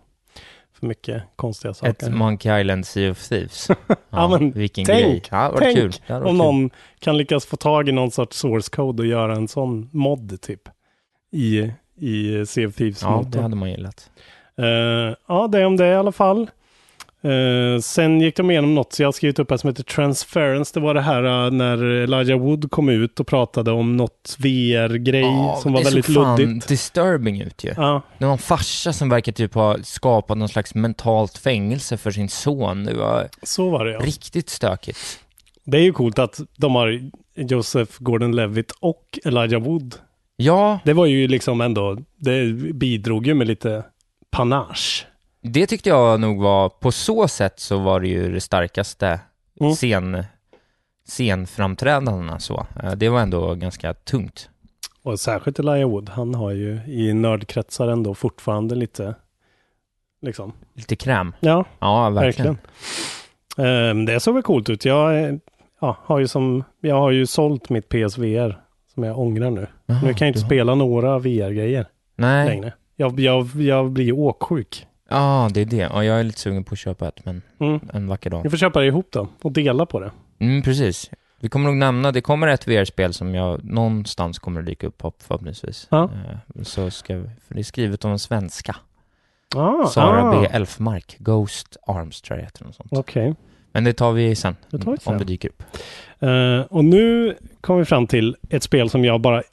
[SPEAKER 6] för mycket konstiga saker.
[SPEAKER 7] Ett Monkey Island Sea of Thieves. Ja,
[SPEAKER 6] men
[SPEAKER 7] vilken
[SPEAKER 6] tänk,
[SPEAKER 7] grej. Ja, det var
[SPEAKER 6] tänk
[SPEAKER 7] kul. Det hade varit
[SPEAKER 6] Om
[SPEAKER 7] kul.
[SPEAKER 6] någon kan lyckas få tag i någon sorts source code och göra en sån mod typ i, i Sea of Thieves
[SPEAKER 7] Ja, det
[SPEAKER 6] motorn.
[SPEAKER 7] hade man gillat.
[SPEAKER 6] Eh, ja, det är om det i alla fall. Eh, sen gick de igenom något så jag har skrivit upp här som heter Transference. Det var det här eh, när Elijah Wood kom ut och pratade om något VR-grej
[SPEAKER 7] Ja,
[SPEAKER 6] som var
[SPEAKER 7] det
[SPEAKER 6] väldigt
[SPEAKER 7] såg fan
[SPEAKER 6] luddigt.
[SPEAKER 7] disturbing ut ju.
[SPEAKER 6] Ja,
[SPEAKER 7] Det var en farsa som verkar typ ha skapat någon slags mentalt fängelse för sin son. Det var
[SPEAKER 6] så var det ja.
[SPEAKER 7] riktigt stökigt.
[SPEAKER 6] Det är ju coolt att de har Joseph Gordon-Levitt och Elijah Wood.
[SPEAKER 7] Ja,
[SPEAKER 6] Det var ju liksom ändå, det bidrog ju med lite panache.
[SPEAKER 7] det tyckte jag nog var, på så sätt så var det ju det starkaste
[SPEAKER 6] Mm.
[SPEAKER 7] scen, scenframträdandena så. Eh, Det var ändå ganska tungt.
[SPEAKER 6] Och särskilt Elijah Wood, han har ju i nördkretsar ändå fortfarande lite, liksom.
[SPEAKER 7] Lite kräm.
[SPEAKER 6] Ja,
[SPEAKER 7] Ja, verkligen.
[SPEAKER 6] verkligen. Ehm, det såg väl coolt ut. Jag, eh, ja, har ju som, jag har ju sålt mitt PSVR som jag ångrar nu.
[SPEAKER 7] Jaha,
[SPEAKER 6] nu kan jag inte
[SPEAKER 7] du har-
[SPEAKER 6] spela några VR-grejer
[SPEAKER 7] Nej,
[SPEAKER 6] längre. Jag, jag, jag blir ju åksjuk.
[SPEAKER 7] ja det är det. Ja, jag är lite sugen på att köpa ett, men
[SPEAKER 6] Mm.
[SPEAKER 7] en vacker dag.
[SPEAKER 6] Jag får köpa det ihop då och dela på det.
[SPEAKER 7] Mm, precis. Vi kommer nog nämna, det kommer ett VR-spel som jag någonstans kommer att dyka upp på förhoppningsvis.
[SPEAKER 6] Ja.
[SPEAKER 7] Eh, Så ska vi, för det är skrivet av en svenska.
[SPEAKER 6] Ah,
[SPEAKER 7] Sara
[SPEAKER 6] ah.
[SPEAKER 7] B. Elfmark, Ghost Arms tror jag heter något sånt.
[SPEAKER 6] Okej.
[SPEAKER 7] Men det tar vi sen,
[SPEAKER 6] Det tar vi sen.
[SPEAKER 7] om det dyker upp.
[SPEAKER 6] Eh, och nu kom vi fram till ett spel som jag bara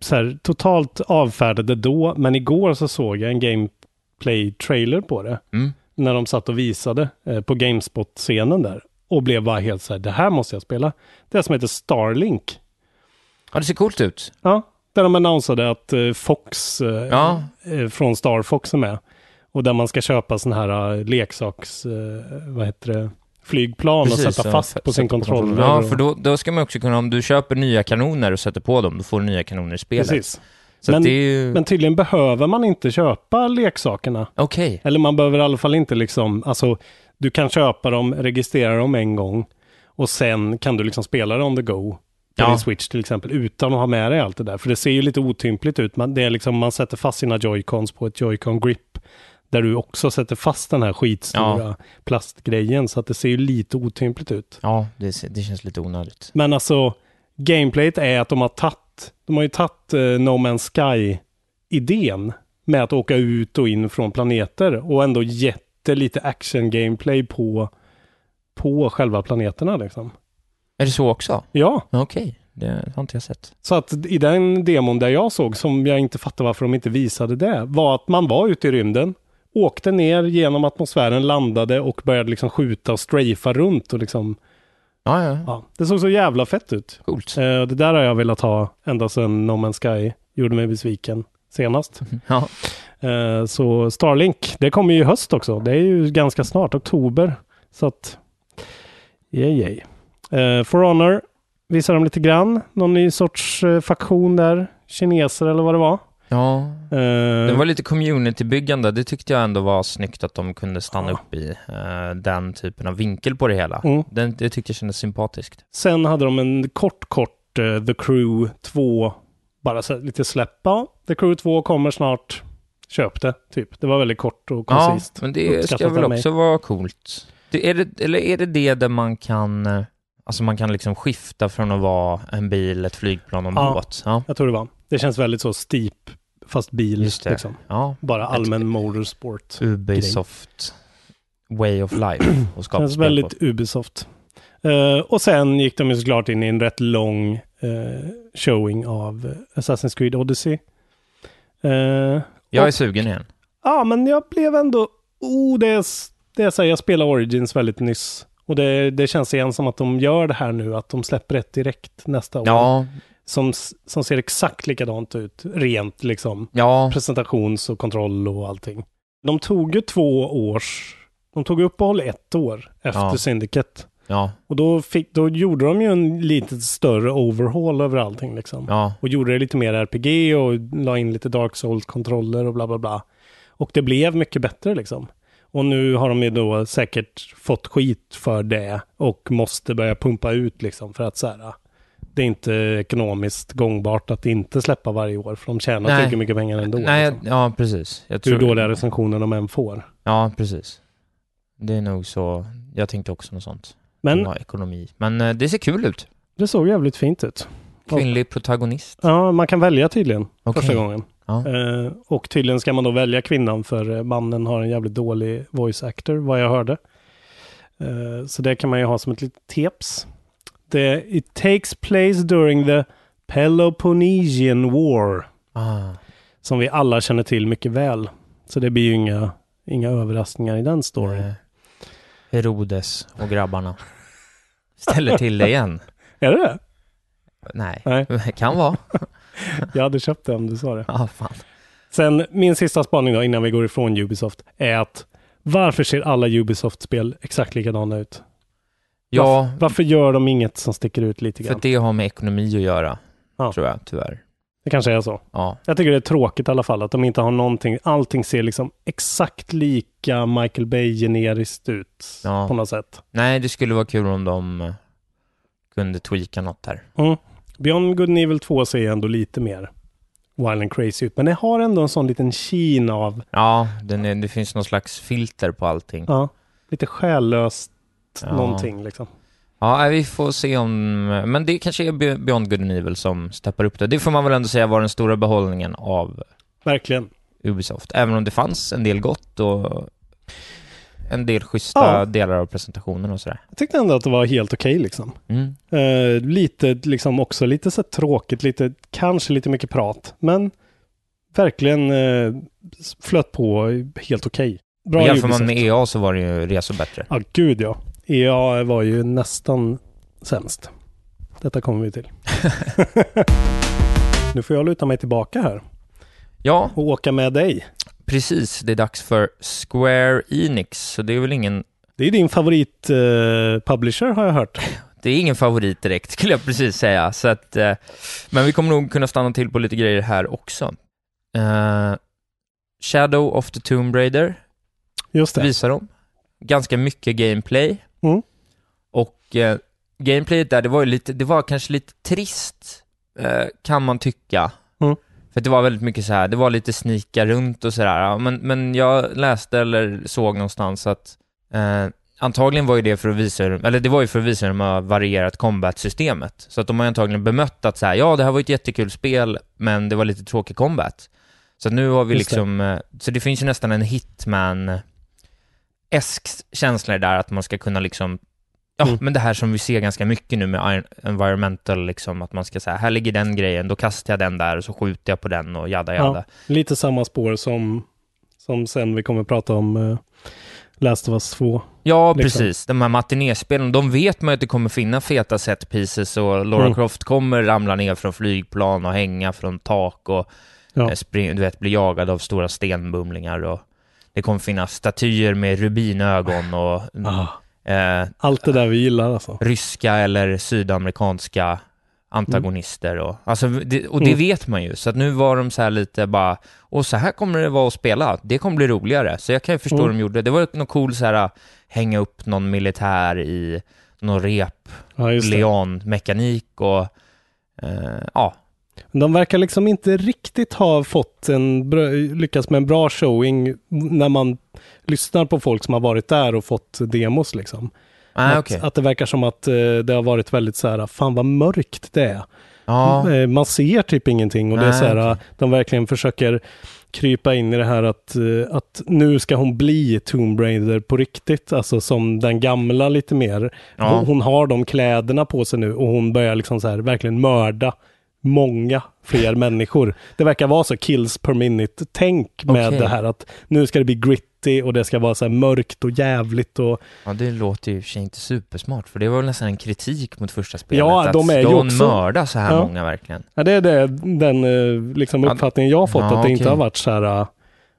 [SPEAKER 6] så här, totalt avfärdade då, men igår så såg jag en gameplay-trailer på det.
[SPEAKER 7] Mm.
[SPEAKER 6] När de satt och visade eh, på Gamespot-scenen där. Och blev bara helt så här, det här måste jag spela. Det som heter Starlink.
[SPEAKER 7] Ja, det ser coolt ut.
[SPEAKER 6] Ja, där de annonsade att eh, Fox eh,
[SPEAKER 7] Ja.
[SPEAKER 6] eh, från Star Fox är med. Och där man ska köpa sådana här eh, leksaks, eh, vad heter det, flygplan och sätta
[SPEAKER 7] ja,
[SPEAKER 6] fast
[SPEAKER 7] sätt-
[SPEAKER 6] på sin
[SPEAKER 7] sätta
[SPEAKER 6] kontroller.
[SPEAKER 7] Ja,
[SPEAKER 6] och-
[SPEAKER 7] för då, då ska man också kunna, om du köper nya kanoner och sätter på dem, då får du nya kanoner i spelet.
[SPEAKER 6] Precis.
[SPEAKER 7] Så
[SPEAKER 6] Men-
[SPEAKER 7] att det är ju,
[SPEAKER 6] Men tydligen behöver man inte köpa leksakerna.
[SPEAKER 7] okej.
[SPEAKER 6] Eller man behöver i alla fall inte liksom, alltså du kan köpa dem, registrera dem en gång och sen kan du liksom spela det on the go på
[SPEAKER 7] Ja.
[SPEAKER 6] din Switch till exempel utan att ha med dig allt det där. För det ser ju lite otympligt ut. Man, det är liksom, man sätter fast sina joycons på ett joycon grip där du också sätter fast den här skitstora plastgrejen så att det ser ju lite otympligt ut.
[SPEAKER 7] Ja, det, ser- det känns lite onödigt.
[SPEAKER 6] Men alltså, gameplayet är att de har tagit, de har ju tagit eh, No Man's Sky-idén med att åka ut och in från planeter och ändå gett det lite action-gameplay på, på själva planeterna liksom.
[SPEAKER 7] Är det så också?
[SPEAKER 6] Ja,
[SPEAKER 7] Ja, Okej, det har inte jag sett.
[SPEAKER 6] så att i den demon där jag såg, som jag inte fattar varför de inte visade det, var att man var ute i rymden, åkte ner genom atmosfären, landade och började liksom skjuta och strafa runt och liksom
[SPEAKER 7] Ja, ja.
[SPEAKER 6] Ja, det såg så jävla fett ut.
[SPEAKER 7] Coolt.
[SPEAKER 6] Eh, och det där har jag velat ha ända sedan No Man's Sky gjorde mig besviken senast.
[SPEAKER 7] Ja. Mm.
[SPEAKER 6] Eh, så Starlink, det kommer ju i höst också. Det är ju ganska snart, oktober. Så att, yay, yay. Eh, For Honor visar de lite grann. Någon ny sorts eh, faktion där. Kineser eller vad det var.
[SPEAKER 7] ja.
[SPEAKER 6] Eh,
[SPEAKER 7] Det var lite communitybyggande, det tyckte jag ändå var snyggt att de kunde stanna
[SPEAKER 6] Ja.
[SPEAKER 7] upp i. eh, den typen av vinkel på det hela.
[SPEAKER 6] Mm.
[SPEAKER 7] Den, det tyckte jag kändes sympatiskt.
[SPEAKER 6] Sen hade de en kort, kort eh, The Crew 2. Bara så här lite släppa. The Crew 2 kommer snart. Köp det, typ. Det var väldigt kort och
[SPEAKER 7] Ja,
[SPEAKER 6] koncist.
[SPEAKER 7] men det ska
[SPEAKER 6] Uppskattat
[SPEAKER 7] väl
[SPEAKER 6] av mig.
[SPEAKER 7] också vara coolt. Det, är det, eller är det det där man kan, eh, alltså man kan liksom skifta från att vara en bil, ett flygplan och en
[SPEAKER 6] Ja.
[SPEAKER 7] båt? Ja,
[SPEAKER 6] Jag tror det var. Det känns väldigt så steep, fast bil.
[SPEAKER 7] Just det.
[SPEAKER 6] Liksom.
[SPEAKER 7] ja.
[SPEAKER 6] Bara allmän motorsport.
[SPEAKER 7] Ubisoft way of life och skapa
[SPEAKER 6] Känns
[SPEAKER 7] spel på.
[SPEAKER 6] väldigt Ubisoft. Eh, och sen gick de ju såklart in i en rätt lång eh, showing av eh, Assassin's Creed Odyssey. Eh,
[SPEAKER 7] Jag är sugen igen.
[SPEAKER 6] Ja, men jag blev ändå... Oh, det är, s- det är så här, jag spelade Origins väldigt nyss. Och det, det känns igen som att de gör det här nu, att de släpper ett direkt nästa år.
[SPEAKER 7] Ja,
[SPEAKER 6] Som, s- som ser exakt likadant ut, rent liksom.
[SPEAKER 7] ja,
[SPEAKER 6] Presentations och kontroll och allting. De tog ju två års... De tog uppehåll ett år efter
[SPEAKER 7] Ja.
[SPEAKER 6] Syndicate.
[SPEAKER 7] ja,
[SPEAKER 6] Och då, fick, då gjorde de ju en lite större overhaul över allting liksom
[SPEAKER 7] ja,
[SPEAKER 6] och gjorde det lite mer RPG och la in lite Dark Souls-kontroller och bla bla bla. Och det blev mycket bättre liksom. Och nu har de ju då säkert fått skit för det och måste börja pumpa ut liksom för att så här, det är inte ekonomiskt gångbart att inte släppa varje år för de tjänar
[SPEAKER 7] Nej.
[SPEAKER 6] tillräckligt mycket pengar ändå.
[SPEAKER 7] Nej,
[SPEAKER 6] liksom.
[SPEAKER 7] ja, precis. Jag
[SPEAKER 6] Hur
[SPEAKER 7] tror-
[SPEAKER 6] dåliga recensioner de än får.
[SPEAKER 7] Ja, precis. Det är nog så. Jag tänkte också något sånt.
[SPEAKER 6] Men
[SPEAKER 7] Ja, ekonomi. Men eh, det ser kul ut.
[SPEAKER 6] det såg jävligt fint ut.
[SPEAKER 7] Kvinnlig protagonist.
[SPEAKER 6] Ja, man kan välja tydligen
[SPEAKER 7] Okej.
[SPEAKER 6] första gången.
[SPEAKER 7] Ja.
[SPEAKER 6] Eh, och tydligen ska man då välja kvinnan för eh, mannen har en jävligt dålig voice actor, vad jag hörde. Eh, så det kan man ju ha som ett litet tips. Det, it takes place during the Peloponnesian War,
[SPEAKER 7] Ah,
[SPEAKER 6] som vi alla känner till mycket väl. Så det blir ju inga, inga överraskningar i den storyn.
[SPEAKER 7] eh, Herodes och grabbarna. Ställer till det igen.
[SPEAKER 6] Är det det?
[SPEAKER 7] Nej,
[SPEAKER 6] Nej.
[SPEAKER 7] kan vara.
[SPEAKER 6] Jag hade köpt det om du sa det.
[SPEAKER 7] Ja, fan.
[SPEAKER 6] Sen min sista spaning då, innan vi går ifrån Ubisoft, är att varför ser alla Ubisoft-spel exakt likadana ut?
[SPEAKER 7] Ja,
[SPEAKER 6] Varför, varför gör de inget som sticker ut lite
[SPEAKER 7] för
[SPEAKER 6] grann? Det...
[SPEAKER 7] det har med ekonomi att göra.
[SPEAKER 6] Ja.
[SPEAKER 7] Tror jag, tyvärr.
[SPEAKER 6] kanske är så.
[SPEAKER 7] Ja,
[SPEAKER 6] Jag tycker det är tråkigt i alla fall att de inte har någonting. Allting ser liksom exakt lika Michael Bay-generiskt ut
[SPEAKER 7] Ja.
[SPEAKER 6] på något sätt.
[SPEAKER 7] nej, det skulle vara kul om de eh, kunde tweaka något där.
[SPEAKER 6] Mm. Beyond Good and Evil 2 ser ändå lite mer wild and crazy ut, men det har ändå en sån liten kin av,
[SPEAKER 7] Ja, den är, det finns någon slags filter på allting.
[SPEAKER 6] ja, lite själlöst
[SPEAKER 7] Ja.
[SPEAKER 6] någonting liksom.
[SPEAKER 7] Ja, nej, vi får se om... Men det kanske är Be- Beyond Good and Evil som steppar upp det. Det får man väl ändå säga var den stora behållningen av
[SPEAKER 6] Verkligen.
[SPEAKER 7] Ubisoft. Även om det fanns en del gott och en del schyssta
[SPEAKER 6] Ja.
[SPEAKER 7] delar av presentationen och sådär.
[SPEAKER 6] Jag tyckte ändå att det var helt okej liksom.
[SPEAKER 7] Mm.
[SPEAKER 6] Eh, lite liksom också lite så här tråkigt, lite, kanske lite mycket prat, men verkligen eh, s- flöt på helt okej.
[SPEAKER 7] Och
[SPEAKER 6] Bra
[SPEAKER 7] Jämför man
[SPEAKER 6] Ubisoft.
[SPEAKER 7] med EA så var det ju resor bättre.
[SPEAKER 6] Ja, gud ja. EA var ju nästan sämst. Detta kommer vi till. nu får jag luta mig tillbaka här
[SPEAKER 7] Ja,
[SPEAKER 6] och åka med dig.
[SPEAKER 7] precis. Det är dags för Square Enix, så det är väl ingen...
[SPEAKER 6] Det är din favorit eh, publisher har jag hört.
[SPEAKER 7] Det är ingen favorit direkt, skulle jag precis säga. Så att, eh, men vi kommer nog kunna stanna till på lite grejer här också. Eh, Shadow of the Tomb Raider.
[SPEAKER 6] Just det.
[SPEAKER 7] visar de. Ganska mycket gameplay.
[SPEAKER 6] Mm.
[SPEAKER 7] Och eh, gameplayet där, det var, ju lite, det var kanske lite trist, eh, kan man tycka.
[SPEAKER 6] Mm.
[SPEAKER 7] För att det var väldigt mycket så här, det var lite snika runt och sådär. Ja, Men, men jag läste eller såg någonstans att eh, antagligen var ju det för att visa hur, eller det var ju för att visa hur de har varierat combat-systemet. Så att de har ju antagligen bemött att så här, ja det här var ju ett jättekul spel, men det var lite tråkig combat. Så att nu har vi
[SPEAKER 6] Just det.
[SPEAKER 7] liksom, eh, så det finns ju nästan en hitman esk känsla i det där att man ska kunna liksom Ja,
[SPEAKER 6] Mm.
[SPEAKER 7] men det här som vi ser ganska mycket nu med iron- environmental, liksom, att man ska säga här ligger den grejen, då kastar jag den där och så skjuter jag på den och jada jada.
[SPEAKER 6] Lite samma spår som, som sen vi kommer prata om eh, Last of Us 2.
[SPEAKER 7] Ja,
[SPEAKER 6] Liksom.
[SPEAKER 7] precis. De här matinéspelen, de vet man ju att det kommer finnas feta set pieces och Laura
[SPEAKER 6] Mm.
[SPEAKER 7] Croft kommer ramla ner från flygplan och hänga från tak och
[SPEAKER 6] Ja.
[SPEAKER 7] eh, spring, du vet, bli jagad av stora stenbumlingar och det kommer finnas statyer med rubinögon och eh,
[SPEAKER 6] Allt det där vi gillar alltså.
[SPEAKER 7] ryska eller sydamerikanska antagonister. Och, alltså, det, och det
[SPEAKER 6] Mm.
[SPEAKER 7] vet man ju, så att nu var de så här lite bara, och så här kommer det vara att spela, det kommer bli roligare. Så jag kan ju förstå
[SPEAKER 6] Mm.
[SPEAKER 7] hur de gjorde. Det var något cool så här, hänga upp någon militär i någon
[SPEAKER 6] Ja, just det.
[SPEAKER 7] rep-leon-mekanik och eh, ja,
[SPEAKER 6] De verkar liksom inte riktigt ha fått en, bra- lyckats med en bra showing när man lyssnar på folk som har varit där och fått demos liksom.
[SPEAKER 7] nej
[SPEAKER 6] att,
[SPEAKER 7] Ah, okej.
[SPEAKER 6] att det verkar som att eh, det har varit väldigt så här, fan vad mörkt det är.
[SPEAKER 7] Ja,
[SPEAKER 6] Eh, Man ser typ ingenting och det är
[SPEAKER 7] Nej,
[SPEAKER 6] så här, de verkligen försöker krypa in i det här att, eh, att nu ska hon bli Tomb Raider på riktigt, alltså som den gamla lite mer.
[SPEAKER 7] Ja.
[SPEAKER 6] Hon, hon har de kläderna på sig nu och hon börjar liksom så här verkligen mörda många fler människor. Det verkar vara så kills per minute-tänk med
[SPEAKER 7] Okej.
[SPEAKER 6] det här att nu ska det bli gritty och det ska vara så här mörkt och jävligt och
[SPEAKER 7] ja, det låter ju i och för sig inte supersmart, för det var väl nästan en kritik mot första spelet,
[SPEAKER 6] Ja,
[SPEAKER 7] att
[SPEAKER 6] de är ju
[SPEAKER 7] ska hon
[SPEAKER 6] också-
[SPEAKER 7] mörda så här
[SPEAKER 6] Ja.
[SPEAKER 7] många verkligen?
[SPEAKER 6] Ja, det är det, den eh, liksom,
[SPEAKER 7] Ja,
[SPEAKER 6] uppfattningen jag har fått,
[SPEAKER 7] ja,
[SPEAKER 6] att det inte
[SPEAKER 7] okej.
[SPEAKER 6] har varit så här, eh,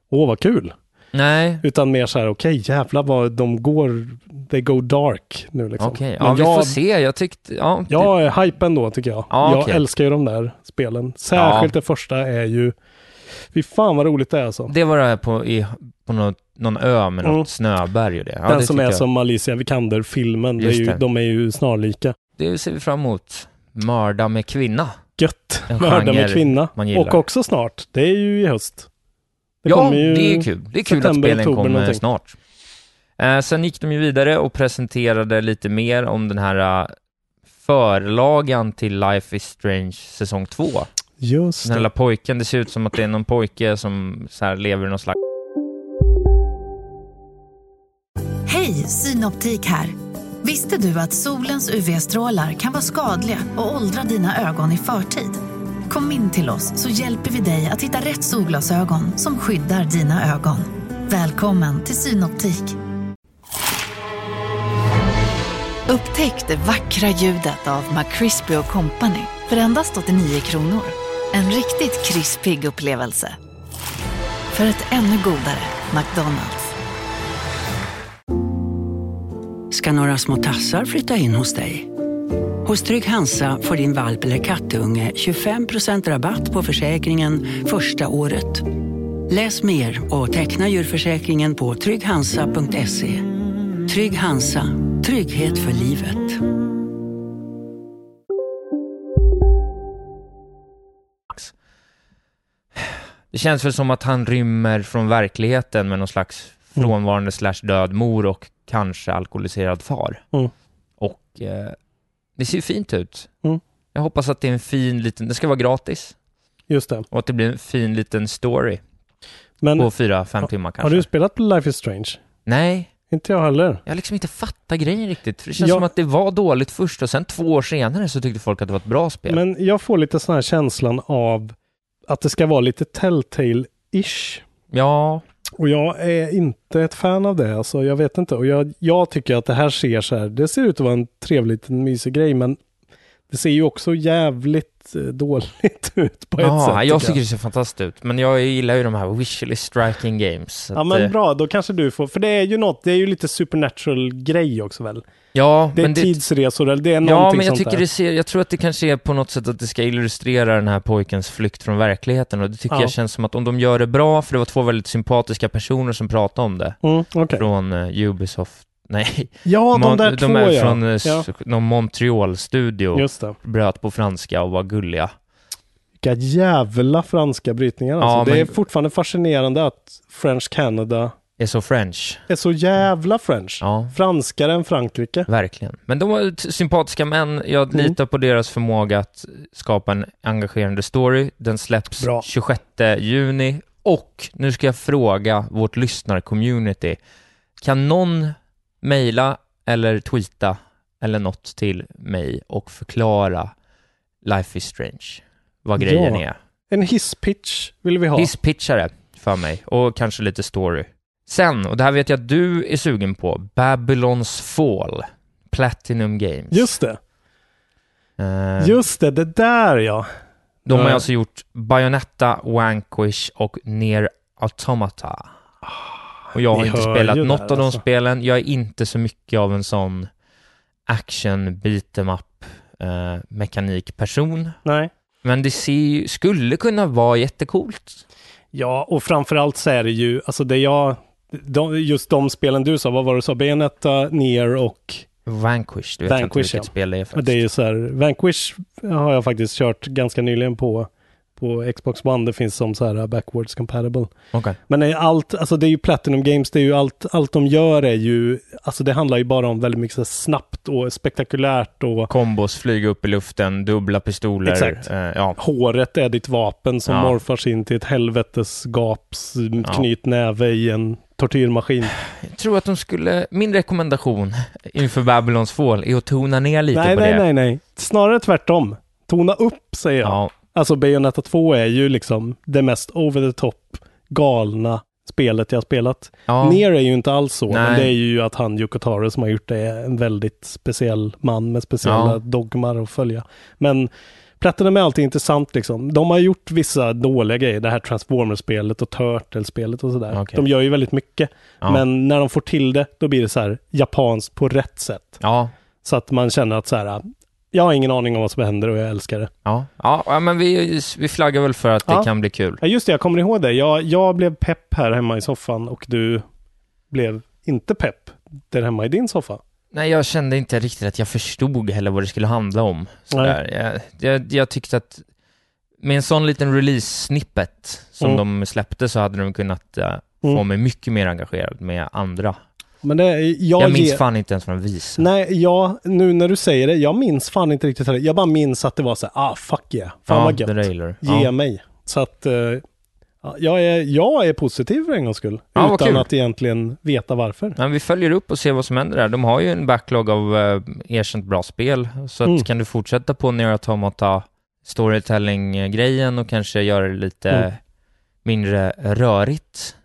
[SPEAKER 6] åh vad kul,
[SPEAKER 7] Nej,
[SPEAKER 6] utan mer så här, okej jävlar vad de går, they go dark nu liksom.
[SPEAKER 7] okej.
[SPEAKER 6] Men
[SPEAKER 7] Ja, vi
[SPEAKER 6] jag,
[SPEAKER 7] får se. Jag tyckte, ja. det-
[SPEAKER 6] Jag är hype ändå tycker jag.
[SPEAKER 7] Ja,
[SPEAKER 6] jag
[SPEAKER 7] okej.
[SPEAKER 6] älskar ju de där spelen. Särskilt det första är ju, fy fan vad roligt det är alltså.
[SPEAKER 7] Det var det här på, i, på något, någon ö med något
[SPEAKER 6] Mm.
[SPEAKER 7] snöberg och det. Ja,
[SPEAKER 6] Den
[SPEAKER 7] det
[SPEAKER 6] som
[SPEAKER 7] tycker
[SPEAKER 6] är
[SPEAKER 7] jag.
[SPEAKER 6] som Alicia Vikander-filmen, det är
[SPEAKER 7] Just
[SPEAKER 6] ju,
[SPEAKER 7] det.
[SPEAKER 6] de är ju snarlika.
[SPEAKER 7] Det ser vi fram emot. Mörda med kvinna.
[SPEAKER 6] Gött,
[SPEAKER 7] En
[SPEAKER 6] Mörda
[SPEAKER 7] genre
[SPEAKER 6] med kvinna.
[SPEAKER 7] man gillar.
[SPEAKER 6] Och också snart, det är ju i höst. Det
[SPEAKER 7] ja,
[SPEAKER 6] kommer ju-
[SPEAKER 7] det är kul. Det är kul att
[SPEAKER 6] september,
[SPEAKER 7] spelen
[SPEAKER 6] oktober
[SPEAKER 7] kommer
[SPEAKER 6] någonting.
[SPEAKER 7] snart. Eh, sen gick de ju vidare och presenterade lite mer om den här eh, förlagan till Life is Strange säsong 2.
[SPEAKER 6] Just
[SPEAKER 7] Den här
[SPEAKER 6] det.
[SPEAKER 7] lilla pojken, det ser ut som att det är någon pojke som så här lever i någon slags...
[SPEAKER 2] Hej, Synoptik här. Visste du att solens UV-strålar kan vara skadliga och åldra dina ögon i förtid? Kom in till oss så hjälper vi dig att hitta rätt solglasögon som skyddar dina ögon. Välkommen till Synoptik. Upptäck det vackra ljudet av McCrispy Company för endast 89 kronor. En riktigt krispig upplevelse. För ett ännu godare McDonalds.
[SPEAKER 8] ska några små tassar flytta in hos dig. Hos Trygg Hansa får din valp eller kattunge 25% rabatt på försäkringen första året. Läs mer och teckna djurförsäkringen på trygghansa.se. Trygg Hansa, trygghet för livet.
[SPEAKER 7] Det känns väl som att han rymmer från verkligheten med någon slags
[SPEAKER 6] Mm.
[SPEAKER 7] frånvarande slash död mor och kanske alkoholiserad far.
[SPEAKER 6] Mm.
[SPEAKER 7] Och eh, det ser ju fint ut.
[SPEAKER 6] Mm.
[SPEAKER 7] Jag hoppas att det är en fin liten, det ska vara gratis
[SPEAKER 6] Just det.
[SPEAKER 7] och att det blir en fin liten story
[SPEAKER 6] Men
[SPEAKER 7] på fyra, fem timmar kanske.
[SPEAKER 6] har du spelat på Life is Strange?
[SPEAKER 7] Nej,
[SPEAKER 6] Inte jag heller.
[SPEAKER 7] jag har liksom inte fattat grejen riktigt. För det känns
[SPEAKER 6] Ja.
[SPEAKER 7] som att det var dåligt först och sen två år senare så tyckte folk att det var ett bra spel.
[SPEAKER 6] Men jag får lite sån här känslan av att det ska vara lite Telltale-ish.
[SPEAKER 7] Ja,
[SPEAKER 6] Och jag är inte ett fan av det. Alltså, jag vet inte. Och jag, jag tycker att det här ser så här. Det ser ut att vara en trevlig liten mysig grej, men det ser ju också jävligt eh, dåligt ut på ett
[SPEAKER 7] ja
[SPEAKER 6] sätt.
[SPEAKER 7] jag tycker det ser fantastiskt ut. Men jag gillar ju de här visually striking games. så
[SPEAKER 6] Ja
[SPEAKER 7] att, eh,
[SPEAKER 6] men bra, då kanske du får, för det är ju något, det är ju lite supernatural grej också väl?
[SPEAKER 7] ja,
[SPEAKER 6] Det är
[SPEAKER 7] men det,
[SPEAKER 6] tidsresor eller det är någonting
[SPEAKER 7] Ja, men
[SPEAKER 6] sånt
[SPEAKER 7] jag tycker
[SPEAKER 6] där.
[SPEAKER 7] det ser, jag tror att det kanske är på något sätt att det ska illustrera den här pojkens flykt från verkligheten och det tycker
[SPEAKER 6] Ja.
[SPEAKER 7] jag känns som att om de gör det bra, för det var två väldigt sympatiska personer som pratade om det,
[SPEAKER 6] Mm, okej.
[SPEAKER 7] från eh, Ubisoft, nej,
[SPEAKER 6] Ja, de
[SPEAKER 7] Mon-
[SPEAKER 6] där två
[SPEAKER 7] de är
[SPEAKER 6] ja.
[SPEAKER 7] från eh, s-
[SPEAKER 6] ja.
[SPEAKER 7] någon Montreal-studio,
[SPEAKER 6] Just det.
[SPEAKER 7] bröt på franska och var gulliga.
[SPEAKER 6] Vilka jävla franska brytningar
[SPEAKER 7] Ja,
[SPEAKER 6] alltså. Det är
[SPEAKER 7] men-
[SPEAKER 6] fortfarande fascinerande att French Canada
[SPEAKER 7] Är så French,
[SPEAKER 6] är så jävla French.
[SPEAKER 7] Ja.
[SPEAKER 6] Franskare än Frankrike.
[SPEAKER 7] verkligen. Men de var t- sympatiska män, jag
[SPEAKER 6] Mm.
[SPEAKER 7] litar på deras förmåga att skapa en engagerande story. Den släpps
[SPEAKER 6] Bra.
[SPEAKER 7] 26 juni och nu ska jag fråga vårt lyssnarcommunity. Kan någon mejla eller tweeta eller något till mig och förklara Life is Strange, vad grejen
[SPEAKER 6] Ja.
[SPEAKER 7] är?
[SPEAKER 6] En hisspitch vill vi ha.
[SPEAKER 7] Hisspitcha det för mig och kanske lite story. Sen, och det här vet jag att du är sugen på, Babylons Fall, Platinum Games.
[SPEAKER 6] Just det.
[SPEAKER 7] Eh,
[SPEAKER 6] Just det, det där ja.
[SPEAKER 7] De har
[SPEAKER 6] Ja.
[SPEAKER 7] alltså gjort Bayonetta, Vanquish och Nier Automata. Och jag har
[SPEAKER 6] Ni
[SPEAKER 7] inte
[SPEAKER 6] hör
[SPEAKER 7] spelat
[SPEAKER 6] ju
[SPEAKER 7] något
[SPEAKER 6] där,
[SPEAKER 7] av de
[SPEAKER 6] alltså.
[SPEAKER 7] spelen. Jag är inte så mycket av en sån action beat em up eh, mekanikperson.
[SPEAKER 6] Nej.
[SPEAKER 7] Men det ser ju, skulle kunna vara jättecoolt.
[SPEAKER 6] Ja, och framförallt så är det ju, alltså det jag, de, just de spelen du sa, vad var det du sa? Benetta, Nier och
[SPEAKER 7] Vanquish, du vet inte
[SPEAKER 6] Vanquish,
[SPEAKER 7] vilket
[SPEAKER 6] ja.
[SPEAKER 7] spel det är faktiskt.
[SPEAKER 6] Det är ju så här, Vanquish har jag faktiskt kört ganska nyligen på, på Xbox One. Det finns som så här backwards compatible.
[SPEAKER 7] Okej.
[SPEAKER 6] Men det är allt, alltså det är ju Platinum Games, det är ju allt, allt de gör är ju, alltså det handlar ju bara om väldigt mycket så här snabbt och spektakulärt och
[SPEAKER 7] Kombos, flyga upp i luften, dubbla pistoler.
[SPEAKER 6] Exakt.
[SPEAKER 7] Eh, ja.
[SPEAKER 6] håret är ditt vapen som
[SPEAKER 7] Ja.
[SPEAKER 6] morfars in till ett helvetes gaps knytnäve i en tortyrmaskin.
[SPEAKER 7] Jag tror att de skulle, min rekommendation inför Babylons Fall är att tona ner lite
[SPEAKER 6] Nej,
[SPEAKER 7] på
[SPEAKER 6] nej,
[SPEAKER 7] det.
[SPEAKER 6] nej, nej. Snarare tvärtom. Tona upp, säger jag.
[SPEAKER 7] Ja,
[SPEAKER 6] Alltså Bayonetta 2 är ju liksom det mest over the top galna spelet jag har spelat.
[SPEAKER 7] ja.
[SPEAKER 6] Ner är ju inte alls så, men
[SPEAKER 7] Nej.
[SPEAKER 6] det är ju att han Yoko Taro som har gjort det är en väldigt speciell man med speciella
[SPEAKER 7] Ja.
[SPEAKER 6] dogmar att följa. Men Platinum är alltid intressant liksom. De har gjort vissa dåliga grejer, det här Transformers-spelet och Turtles-spelet och sådär.
[SPEAKER 7] Okej.
[SPEAKER 6] De gör ju väldigt mycket,
[SPEAKER 7] Ja.
[SPEAKER 6] men när de får till det, då blir det så här japanskt på rätt sätt.
[SPEAKER 7] Ja,
[SPEAKER 6] Så att man känner att så här, "Ah, jag har ingen aning om vad som händer och jag älskar det.
[SPEAKER 7] ja, ja, ja men vi, vi flaggar väl för att det
[SPEAKER 6] Ja.
[SPEAKER 7] kan bli kul.
[SPEAKER 6] Ja, just det. Jag kommer ihåg det. Jag, jag blev pepp här hemma i soffan och du blev inte pepp där hemma i din soffa.
[SPEAKER 7] Nej, jag kände inte riktigt att jag förstod heller vad det skulle handla om. Sådär. Jag, jag, jag tyckte att med en sån liten release-snippet som
[SPEAKER 6] Mm.
[SPEAKER 7] de släppte så hade de kunnat eh, få
[SPEAKER 6] Mm.
[SPEAKER 7] mig mycket mer engagerad med andra.
[SPEAKER 6] Men det, jag,
[SPEAKER 7] Jag minns
[SPEAKER 6] ger-
[SPEAKER 7] fan inte ens vad de visade.
[SPEAKER 6] Nej, jag, nu när du säger det, jag minns fan inte riktigt heller. Jag bara minns att det var så här, ah fuck yeah, fan vad
[SPEAKER 7] ja, The
[SPEAKER 6] gött,
[SPEAKER 7] Railer.
[SPEAKER 6] ge
[SPEAKER 7] Ja.
[SPEAKER 6] mig. Så att eh, ja, jag, är, jag är positiv för en gångs skull,
[SPEAKER 7] Ja, vad
[SPEAKER 6] utan
[SPEAKER 7] kul.
[SPEAKER 6] att egentligen veta varför.
[SPEAKER 7] Men vi följer upp och ser vad som händer där. De har ju en backlog av eh, erkänt bra spel. Så att
[SPEAKER 6] Mm.
[SPEAKER 7] kan du fortsätta på Nier Automata storytelling-grejen och kanske göra det lite
[SPEAKER 6] Mm.
[SPEAKER 7] mindre rörigt.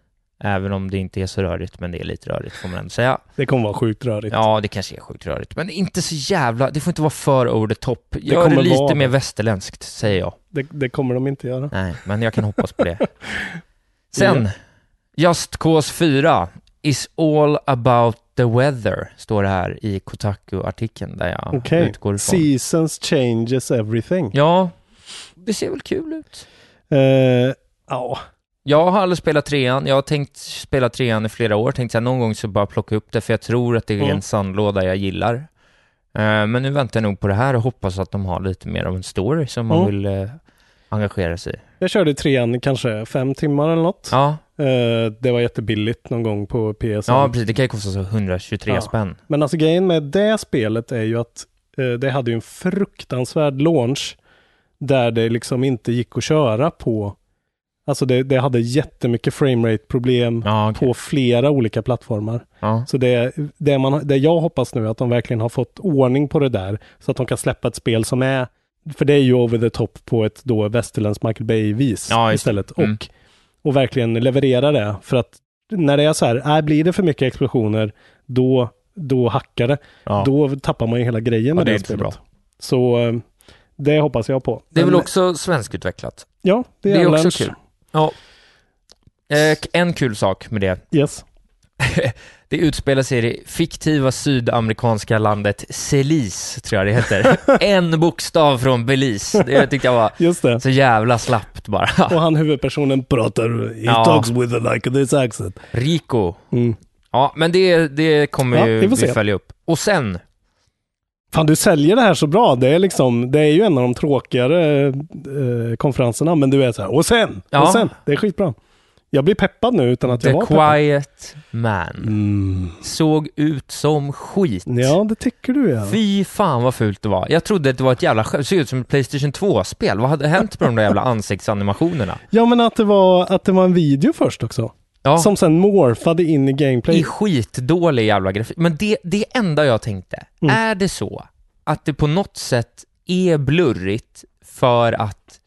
[SPEAKER 7] Även om det inte är så rörigt, men det är lite rörigt får man ändå säga.
[SPEAKER 6] Det kommer vara sjukt rörigt.
[SPEAKER 7] Ja, det kanske är sjukt rörigt, men inte så jävla... Det får inte vara för over the top. Gör det
[SPEAKER 6] kommer
[SPEAKER 7] lite
[SPEAKER 6] vara-
[SPEAKER 7] mer västerländskt, säger jag.
[SPEAKER 6] Det, det kommer de inte göra.
[SPEAKER 7] Nej, men jag kan hoppas på det. Mm. Sen, Just Cause 4 is all about the weather, står det här i Kotaku-artikeln där jag
[SPEAKER 6] Okej,
[SPEAKER 7] utgår ifrån.
[SPEAKER 6] seasons changes everything.
[SPEAKER 7] Ja, det ser väl kul ut.
[SPEAKER 6] Eh, ja.
[SPEAKER 7] Jag har aldrig spelat trean, jag har tänkt spela trean i flera år, tänkte jag någon gång så bara plocka upp det för jag tror att det är
[SPEAKER 6] Mm.
[SPEAKER 7] en sandlåda jag gillar. Eh, men nu väntar jag nog på det här och hoppas att de har lite mer av en story som man
[SPEAKER 6] Mm.
[SPEAKER 7] vill eh, engagera sig i.
[SPEAKER 6] Jag körde trean kanske fem timmar eller något.
[SPEAKER 7] Ja,
[SPEAKER 6] Eh, det var jättebilligt någon gång på PS.
[SPEAKER 7] ja precis, det kan ju kosta så 123
[SPEAKER 6] Ja.
[SPEAKER 7] spänn.
[SPEAKER 6] Men alltså grejen med det spelet är ju att eh, det hade ju en fruktansvärd launch där det liksom inte gick att köra på. Alltså det, det hade jättemycket framerate problem
[SPEAKER 7] Ja, okej.
[SPEAKER 6] på flera olika plattformar.
[SPEAKER 7] ja.
[SPEAKER 6] Så det, det, man, det jag hoppas nu är att de verkligen har fått ordning på det där så att de kan släppa ett spel som är, för det är ju over the top på ett då västerländskt Michael Bay-vis
[SPEAKER 7] Ja, just det.
[SPEAKER 6] istället.
[SPEAKER 7] Mm.
[SPEAKER 6] Och, och verkligen leverera det. För att när det är så här, äh, blir det för mycket explosioner, då, då hackar det.
[SPEAKER 7] Ja.
[SPEAKER 6] Då tappar man ju hela grejen med
[SPEAKER 7] det
[SPEAKER 6] det,
[SPEAKER 7] är inte så
[SPEAKER 6] spelet. Så, eh, det hoppas jag på.
[SPEAKER 7] Det är väl
[SPEAKER 6] Men-
[SPEAKER 7] också svenskutvecklat?
[SPEAKER 6] Ja, det är,
[SPEAKER 7] Det är också
[SPEAKER 6] Avalanche.
[SPEAKER 7] kul. Ja. Eh, en kul sak med det,
[SPEAKER 6] Yes.
[SPEAKER 7] det utspelar sig i det fiktiva sydamerikanska landet Celis, tror jag det heter. en bokstav från Belize, det tyckte jag var
[SPEAKER 6] Just det.
[SPEAKER 7] så jävla slappt bara.
[SPEAKER 6] Och han huvudpersonen pratar, he
[SPEAKER 7] Ja.
[SPEAKER 6] talks with a like this accent.
[SPEAKER 7] Rico.
[SPEAKER 6] Mm.
[SPEAKER 7] Ja, men det, det kommer
[SPEAKER 6] Ja,
[SPEAKER 7] ju
[SPEAKER 6] vi får
[SPEAKER 7] vi
[SPEAKER 6] se.
[SPEAKER 7] följa upp. Och sen,
[SPEAKER 6] Fan, du säljer det här så bra. Det är, liksom, det är ju en av de tråkigare eh, konferenserna, men du är så här, och sen,
[SPEAKER 7] Ja.
[SPEAKER 6] och sen. Det är skitbra. Jag blir peppad nu utan att
[SPEAKER 7] The
[SPEAKER 6] jag var peppad.
[SPEAKER 7] Quiet Man.
[SPEAKER 6] Mm.
[SPEAKER 7] Såg ut som skit.
[SPEAKER 6] Ja, det tycker du ja.
[SPEAKER 7] Fy fan vad fult det var. Jag trodde att det var ett jävla skämt. Det såg ut som ett Playstation 2-spel. Vad hade hänt med de där jävla ansiktsanimationerna?
[SPEAKER 6] Ja, men att det var, att det var en video först också.
[SPEAKER 7] Ja.
[SPEAKER 6] Som sen morfade in i gameplay.
[SPEAKER 7] I skitdålig jävla grafik. Men det, det enda jag tänkte,
[SPEAKER 6] Mm.
[SPEAKER 7] är det så att det på något sätt är blurrigt för att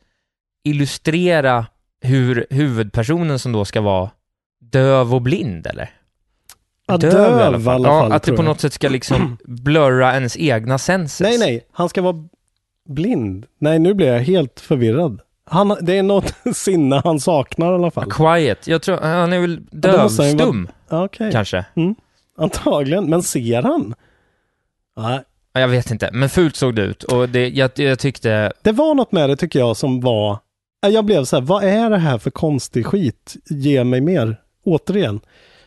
[SPEAKER 7] illustrera hur huvudpersonen som då ska vara döv och blind eller?
[SPEAKER 6] Ja, döv i alla fall,
[SPEAKER 7] ja, att det
[SPEAKER 6] tror
[SPEAKER 7] på
[SPEAKER 6] jag.
[SPEAKER 7] något sätt ska liksom blurra ens egna senses.
[SPEAKER 6] Nej, nej, han ska vara blind. Nej, nu blir jag helt förvirrad. Han, det är något sinne han saknar i alla fall.
[SPEAKER 7] Quiet. Jag tror, han är väl
[SPEAKER 6] Ja, då måste han ju vara-
[SPEAKER 7] dövstum,
[SPEAKER 6] Ja, Okej.
[SPEAKER 7] kanske?
[SPEAKER 6] Mm. Antagligen, men ser han? Nej.
[SPEAKER 7] Ja, Jag vet inte, men fult såg det ut och det, jag, jag tyckte,
[SPEAKER 6] Det var något med det tycker jag som var... Ja, Jag blev så här, vad är det här för konstig skit? Ge mig mer. Återigen.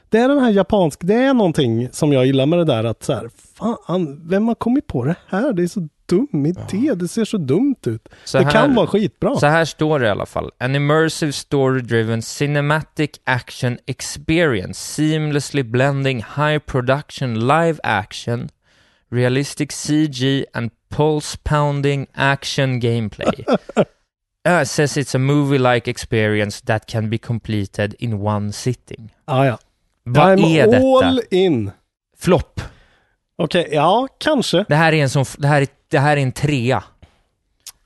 [SPEAKER 6] Det är den här japansk, det är någonting som jag gillar med det där att så här, fan, vem har kommit på det här? Det är så dum idé, det ser så dumt ut.
[SPEAKER 7] Så
[SPEAKER 6] det
[SPEAKER 7] här-
[SPEAKER 6] kan vara skitbra.
[SPEAKER 7] så här står det i alla fall. An immersive story-driven cinematic action experience seamlessly blending high production live action, realistic CG and pulse-pounding action gameplay. Uh, says it's a movie-like experience that can be completed in one sitting.
[SPEAKER 6] Ah, ja.
[SPEAKER 7] Vad
[SPEAKER 6] I'm
[SPEAKER 7] är detta?
[SPEAKER 6] all in.
[SPEAKER 7] Flopp.
[SPEAKER 6] Okej, ja, kanske.
[SPEAKER 7] Det här är en sån, f- det här är, det här är en trea.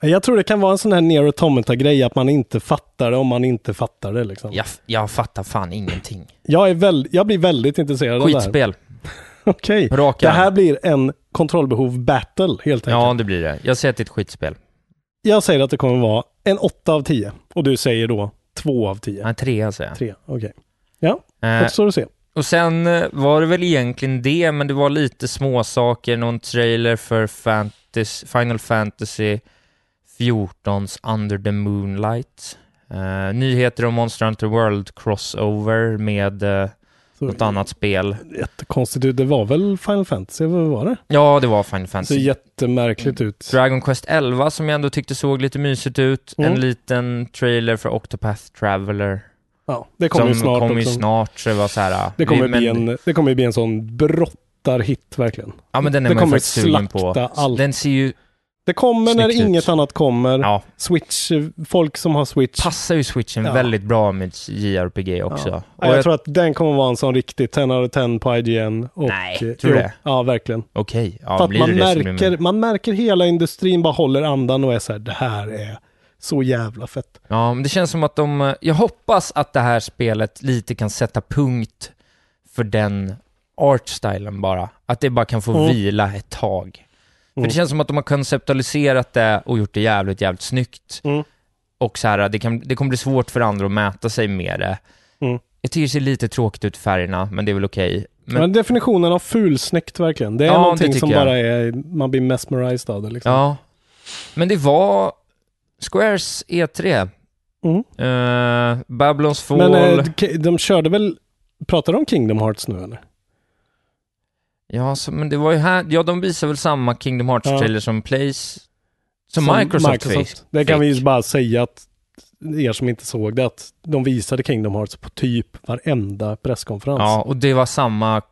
[SPEAKER 6] Jag tror det kan vara en sån här Nero Automata-grej, att man inte fattar det om man inte fattar det. Liksom.
[SPEAKER 7] Jag, f- jag fattar fan ingenting.
[SPEAKER 6] Jag, är väl, jag blir väldigt intresserad av det här.
[SPEAKER 7] Skitspel.
[SPEAKER 6] Okej.
[SPEAKER 7] Raka.
[SPEAKER 6] Det här blir en kontrollbehov-battle, helt enkelt.
[SPEAKER 7] Ja, det blir det. Jag säger att det är ett skitspel.
[SPEAKER 6] Jag säger att det kommer vara en 8 av 10. Och du säger då 2 av 10.
[SPEAKER 7] Nej, trea säger jag.
[SPEAKER 6] 3, okej. Ja,
[SPEAKER 7] Eh,
[SPEAKER 6] återstår att se.
[SPEAKER 7] och sen eh, var det väl egentligen det, men det var lite småsaker. Någon trailer för Fantas- Final Fantasy 14s Under the Moonlight. Eh, nyheter om Monster Hunter World Crossover med eh,
[SPEAKER 6] Så,
[SPEAKER 7] något annat spel.
[SPEAKER 6] Jättekonstigt ut. Det var väl Final Fantasy, vad var det?
[SPEAKER 7] Ja, det var Final
[SPEAKER 6] Det ser
[SPEAKER 7] Fantasy. Mm.
[SPEAKER 6] jättemärkligt ut.
[SPEAKER 7] Dragon Quest 11 som jag ändå tyckte såg lite mysigt ut.
[SPEAKER 6] Mm.
[SPEAKER 7] En liten trailer för Octopath Traveler.
[SPEAKER 6] Ja, det kommer ju
[SPEAKER 7] som
[SPEAKER 6] snart
[SPEAKER 7] kommer ju
[SPEAKER 6] också.
[SPEAKER 7] snart, så det var så här...
[SPEAKER 6] Det kommer,
[SPEAKER 7] men,
[SPEAKER 6] bli en, det kommer bli en sån brottarhit verkligen.
[SPEAKER 7] Ja, men den är
[SPEAKER 6] det
[SPEAKER 7] man ju
[SPEAKER 6] kommer
[SPEAKER 7] faktiskt sugen
[SPEAKER 6] slakta
[SPEAKER 7] på.
[SPEAKER 6] allt.
[SPEAKER 7] Den ser ju...
[SPEAKER 6] Det kommer
[SPEAKER 7] Snyggt
[SPEAKER 6] när
[SPEAKER 7] ut.
[SPEAKER 6] inget annat kommer.
[SPEAKER 7] Ja,
[SPEAKER 6] Switch, eh, folk som har Switch.
[SPEAKER 7] passar ju switchen
[SPEAKER 6] Ja.
[SPEAKER 7] väldigt bra med JRPG också.
[SPEAKER 6] Ja.
[SPEAKER 7] Och
[SPEAKER 6] Ja, jag, tror att den kommer vara en sån riktig 10 out of 10 på IGN. Och,
[SPEAKER 7] Nej,
[SPEAKER 6] eh,
[SPEAKER 7] tror du
[SPEAKER 6] jo,
[SPEAKER 7] det?
[SPEAKER 6] Ja, verkligen.
[SPEAKER 7] Okej, ja,
[SPEAKER 6] För att
[SPEAKER 7] blir
[SPEAKER 6] man
[SPEAKER 7] det det så blir
[SPEAKER 6] märker,
[SPEAKER 7] det-
[SPEAKER 6] man märker hela industrin bara håller andan och är så här, det här är så jävla fett.
[SPEAKER 7] Ja, men det känns som att de... eh, Jag hoppas att det här spelet lite kan sätta punkt för den artstylen bara. Att det bara kan få
[SPEAKER 6] Mm.
[SPEAKER 7] vila ett tag. För
[SPEAKER 6] Mm.
[SPEAKER 7] det känns som att de har konceptualiserat det och gjort det jävligt, jävligt snyggt.
[SPEAKER 6] Mm.
[SPEAKER 7] Och så här, det, kan, det kommer bli svårt för andra att mäta sig med det.
[SPEAKER 6] Mm.
[SPEAKER 7] Jag tycker det ser lite tråkigt ut färgerna, men det är väl okej. Men-
[SPEAKER 6] Men, definitionen av fulsnyggt verkligen. Det är
[SPEAKER 7] Ja, det
[SPEAKER 6] någonting som
[SPEAKER 7] tycker jag.
[SPEAKER 6] bara är, man blir mesmerized av det liksom.
[SPEAKER 7] Ja. Men det var Squares E3.
[SPEAKER 6] Mm.
[SPEAKER 7] Eh, Babylons Fall.
[SPEAKER 6] Men eh, de- de körde väl, pratar de om Kingdom Hearts nu eller?
[SPEAKER 7] Ja, så, men det var ju här. Ja, de visar väl samma Kingdom
[SPEAKER 6] Ja.
[SPEAKER 7] Hearts-trailer som Plays. Som, Microsoft, fick.
[SPEAKER 6] Det kan vi ju
[SPEAKER 7] fick.
[SPEAKER 6] bara säga att er som inte såg det, att de visade Kingdom Hearts på typ varenda presskonferens.
[SPEAKER 7] Ja, och det var samma.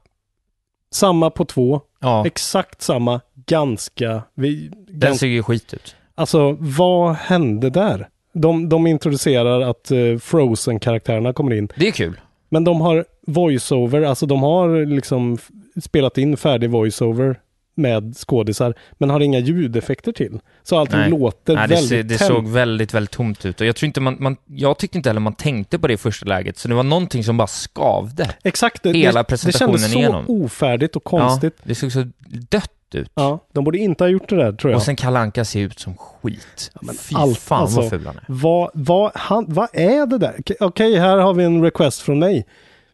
[SPEAKER 6] Samma på två,
[SPEAKER 7] Ja,
[SPEAKER 6] exakt samma, ganska... Vi,
[SPEAKER 7] den
[SPEAKER 6] ganska
[SPEAKER 7] ser ju skit ut.
[SPEAKER 6] alltså, vad hände där? De, de introducerar att eh, Frozen-karaktärerna kommer in,
[SPEAKER 7] Det är kul.
[SPEAKER 6] men de har voiceover, alltså de har liksom f- spelat in färdig voiceover med skådisar, men har inga ljudeffekter till. Så allting
[SPEAKER 7] Nej.
[SPEAKER 6] låter
[SPEAKER 7] Nej, det,
[SPEAKER 6] väldigt
[SPEAKER 7] ser, det
[SPEAKER 6] tänt.
[SPEAKER 7] såg väldigt, väldigt tomt ut. Och jag, tror inte man, man, jag tyckte inte heller man tänkte på det i första läget, så det var någonting som bara skavde.
[SPEAKER 6] Exakt, det,
[SPEAKER 7] Hela
[SPEAKER 6] det,
[SPEAKER 7] presentationen
[SPEAKER 6] det kändes så
[SPEAKER 7] igenom.
[SPEAKER 6] ofärdigt och konstigt.
[SPEAKER 7] Ja, det såg så dött ut.
[SPEAKER 6] Ja. de borde inte ha gjort det där tror jag.
[SPEAKER 7] Och sen Kalle Anka ser ut som skit. Fy
[SPEAKER 6] allt,
[SPEAKER 7] fan
[SPEAKER 6] alltså.
[SPEAKER 7] vad ful han är.
[SPEAKER 6] vad, vad, han, vad är det där? Okej, okej, här har vi en request från mig.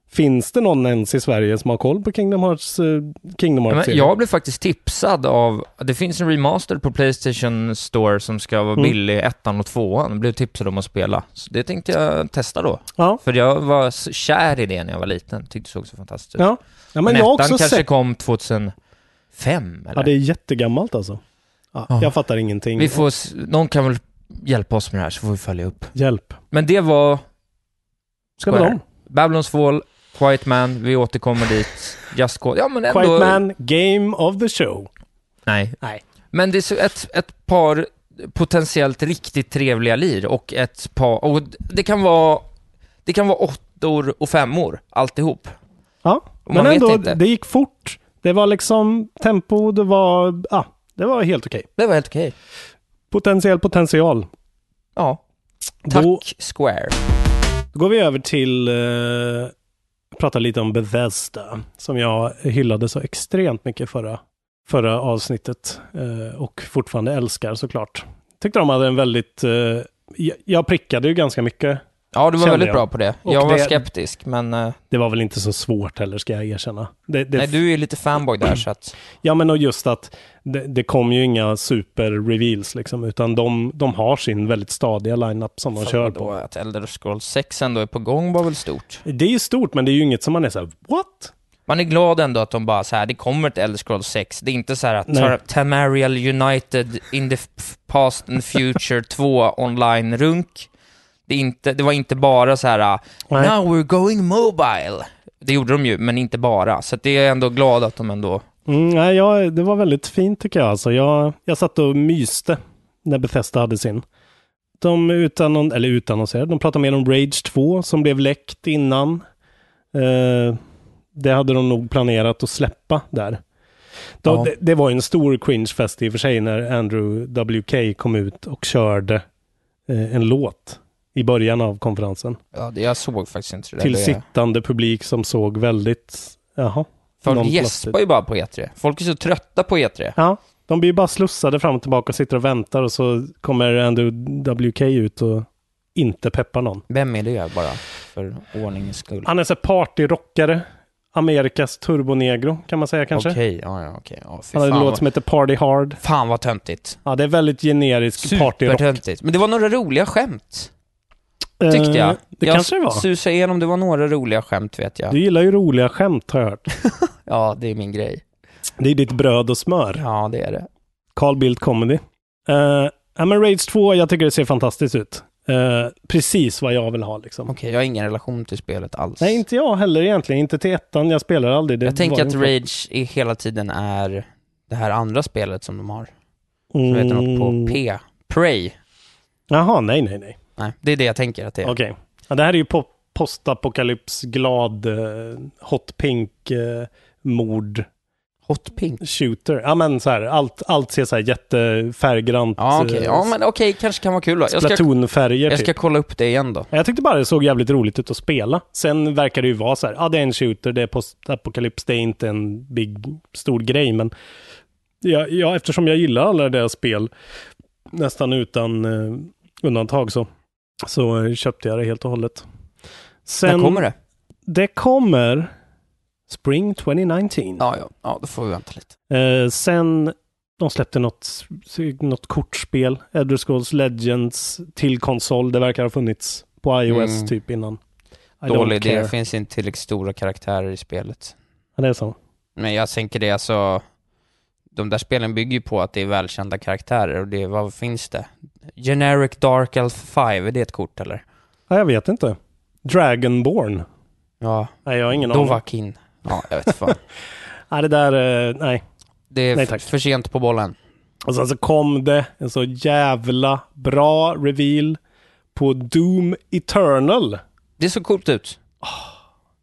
[SPEAKER 6] Finns det någon ens i Sverige som har koll på Kingdom Hearts? eh, Kingdom Hearts
[SPEAKER 7] Men jag blev faktiskt tipsad av, det finns en remaster på Playstation Store som ska vara
[SPEAKER 6] Mm.
[SPEAKER 7] billig, ettan och tvåan, blev tipsad om att spela. Så det tänkte jag testa då.
[SPEAKER 6] Ja.
[SPEAKER 7] För jag var s- kär i det när jag var liten, tyckte det såg så fantastiskt ut.
[SPEAKER 6] ja. ja, men
[SPEAKER 7] Men,
[SPEAKER 6] jag har
[SPEAKER 7] ettan
[SPEAKER 6] också
[SPEAKER 7] kanske
[SPEAKER 6] sett...
[SPEAKER 7] kom 2005 eller?
[SPEAKER 6] Ja, det är jättegammalt alltså. Ja,
[SPEAKER 7] Ja.
[SPEAKER 6] Jag fattar ingenting.
[SPEAKER 7] Vi får, s- någon kan väl hjälpa oss med det här så får vi följa upp.
[SPEAKER 6] Hjälp.
[SPEAKER 7] Men det var
[SPEAKER 6] Det var
[SPEAKER 7] Square.
[SPEAKER 6] dem.
[SPEAKER 7] Babylons Fall, Quiet Man, vi återkommer dit. Just Cause, ja men ändå...
[SPEAKER 6] Quiet Man, Game of the Show.
[SPEAKER 7] Nej.
[SPEAKER 6] Nej.
[SPEAKER 7] Men det är så ett, ett par potentiellt riktigt trevliga lir och ett par, och det kan vara, det kan vara åttor och femmor alltihop.
[SPEAKER 6] Ja,
[SPEAKER 7] Och
[SPEAKER 6] men
[SPEAKER 7] man vet
[SPEAKER 6] ändå,
[SPEAKER 7] inte.
[SPEAKER 6] det gick fort. Det var liksom tempo, det var... Ah, det var helt okej.
[SPEAKER 7] Det var helt okej.
[SPEAKER 6] Potentiell potential.
[SPEAKER 7] Ja. Tack
[SPEAKER 6] Då-
[SPEAKER 7] Square.
[SPEAKER 6] Då går vi över till eh, prata lite om Bethesda, som jag hyllade så extremt mycket förra, förra avsnittet eh, och fortfarande älskar såklart. Tyckte de hade en väldigt, eh, jag- jag prickade ju ganska mycket.
[SPEAKER 7] Ja, du var
[SPEAKER 6] kände
[SPEAKER 7] väldigt
[SPEAKER 6] jag.
[SPEAKER 7] bra på det.
[SPEAKER 6] Och
[SPEAKER 7] jag var
[SPEAKER 6] det-
[SPEAKER 7] skeptisk, men... eh,
[SPEAKER 6] Det var väl inte så svårt heller, ska jag erkänna. Det, det
[SPEAKER 7] Nej, du är ju lite fanboy där, så att...
[SPEAKER 6] Ja, men och just att det, det kom ju inga super-reveals, liksom, utan de, de har sin väldigt stadiga lineup som de
[SPEAKER 7] Fan,
[SPEAKER 6] kör
[SPEAKER 7] då
[SPEAKER 6] på.
[SPEAKER 7] Att Elder Scrolls 6 ändå är på gång var väl stort?
[SPEAKER 6] Det är ju stort, men det är ju inget som man är så här, what?
[SPEAKER 7] Man är glad ändå att de bara så här, det kommer ett Elder Scrolls 6. Det är inte så här att
[SPEAKER 6] Nej.
[SPEAKER 7] Tar- Tamariel United in the f- past and future 2 online-runk. Det, är inte, det var inte bara så här, ah,
[SPEAKER 6] Nej.
[SPEAKER 7] now we're going mobile. Det gjorde de ju, men inte bara. Så att det är jag ändå glad att de ändå...
[SPEAKER 6] Mm, nej, jag, det var väldigt fint tycker jag. Alltså, jag. Jag satt och myste när Bethesda hade sin. De utan, eller utannonserade, de pratade mer om Rage 2 som blev läckt innan. Eh, det hade de nog planerat att släppa där. Då,
[SPEAKER 7] Ja.
[SPEAKER 6] det, det var ju en stor cringe-fest i och för sig när Andrew WK kom ut och körde eh, en låt i början av konferensen.
[SPEAKER 7] Ja, det, jag såg faktiskt inte det
[SPEAKER 6] Till
[SPEAKER 7] där. Det-
[SPEAKER 6] sittande publik som såg väldigt, jaha. någon
[SPEAKER 7] Folk
[SPEAKER 6] plötsligt.
[SPEAKER 7] gäspar ju bara på E3. Folk är så trötta på E E3.
[SPEAKER 6] Ja, de blir ju bara slussade fram och tillbaka och sitter och väntar och så kommer Andrew WK ut och inte peppar någon.
[SPEAKER 7] Vem är det bara, för ordningens skull?
[SPEAKER 6] Han är så här partyrockare, Amerikas turbonegro kan man säga kanske.
[SPEAKER 7] Okej, ja, ja, okej. Ja, fy
[SPEAKER 6] Han har en
[SPEAKER 7] fan
[SPEAKER 6] låt
[SPEAKER 7] vad-
[SPEAKER 6] som heter Party Hard.
[SPEAKER 7] Fan vad töntigt.
[SPEAKER 6] Ja, det är väldigt generisk partyrock.
[SPEAKER 7] Supertöntigt. Men det var några roliga skämt, tyckte
[SPEAKER 6] Eh,
[SPEAKER 7] jag.
[SPEAKER 6] Det
[SPEAKER 7] jag
[SPEAKER 6] kanske det var.
[SPEAKER 7] susade igenom, det var några roliga skämt vet jag.
[SPEAKER 6] Du gillar ju roliga skämt har jag hört.
[SPEAKER 7] Ja, det är min grej.
[SPEAKER 6] Det är ditt bröd och smör.
[SPEAKER 7] Ja, det är det.
[SPEAKER 6] Carl Bildt Comedy. Uh, men Rage 2, jag tycker det ser fantastiskt ut. Eh, precis vad jag vill ha liksom.
[SPEAKER 7] Okej, jag har ingen relation till spelet alls.
[SPEAKER 6] Nej, inte jag heller egentligen. Inte till ettan. Jag spelar aldrig. Det
[SPEAKER 7] jag
[SPEAKER 6] var
[SPEAKER 7] tänker att
[SPEAKER 6] inte-
[SPEAKER 7] Rage i hela tiden är det här andra spelet som de har. Som heter något
[SPEAKER 6] Mm.
[SPEAKER 7] på P. Prey.
[SPEAKER 6] Jaha, nej, nej, nej.
[SPEAKER 7] Nej, det är det jag tänker att det är.
[SPEAKER 6] Okej. Ja, det här är ju po- postapokalyps, glad, eh, hot pink, eh, mord,
[SPEAKER 7] Hot Pink.
[SPEAKER 6] shooter. Ja, men så här, allt, allt ser så här jättefärggrant.
[SPEAKER 7] Ja, okej.
[SPEAKER 6] eh,
[SPEAKER 7] Ja, men okej, kanske kan vara kul då. Jag ska,
[SPEAKER 6] Splatoonfärger
[SPEAKER 7] jag ska
[SPEAKER 6] typ.
[SPEAKER 7] kolla upp det igen då.
[SPEAKER 6] Jag tyckte bara det såg jävligt roligt ut att spela. Sen verkar det ju vara så här, ja det är en shooter, det är postapokalyps, det är inte en big, stor grej, men ja, ja, eftersom jag gillar alla deras spel, nästan utan eh, undantag så, så eh, köpte jag det helt och hållet. Sen,
[SPEAKER 7] När kommer det?
[SPEAKER 6] det kommer Spring 2019.
[SPEAKER 7] Ja, ja, ja, då får vi vänta lite.
[SPEAKER 6] Eh, sen de släppte något, något kortspel, Elder Scrolls Legends till konsol. Det verkar ha funnits på iOS
[SPEAKER 7] Mm.
[SPEAKER 6] typ innan. I
[SPEAKER 7] Dålig idé,
[SPEAKER 6] care.
[SPEAKER 7] det finns inte tillräckligt stora karaktärer i spelet.
[SPEAKER 6] Ja, det är så.
[SPEAKER 7] Men jag tänker det, alltså... De där spelen bygger ju på att det är välkända karaktärer och det, vad finns det? Generic Dark Elf 5, är det ett kort eller?
[SPEAKER 6] Ja, jag vet inte. Dragonborn.
[SPEAKER 7] Ja,
[SPEAKER 6] Nej, jag har ingen aning.
[SPEAKER 7] Dovakin. Ja, jag vet fan.
[SPEAKER 6] Nej, det där, eh, nej.
[SPEAKER 7] Det är
[SPEAKER 6] Nej,
[SPEAKER 7] f-
[SPEAKER 6] tack.
[SPEAKER 7] för sent på bollen.
[SPEAKER 6] Och sen så kom det en så jävla bra reveal på Doom Eternal.
[SPEAKER 7] Det såg coolt ut.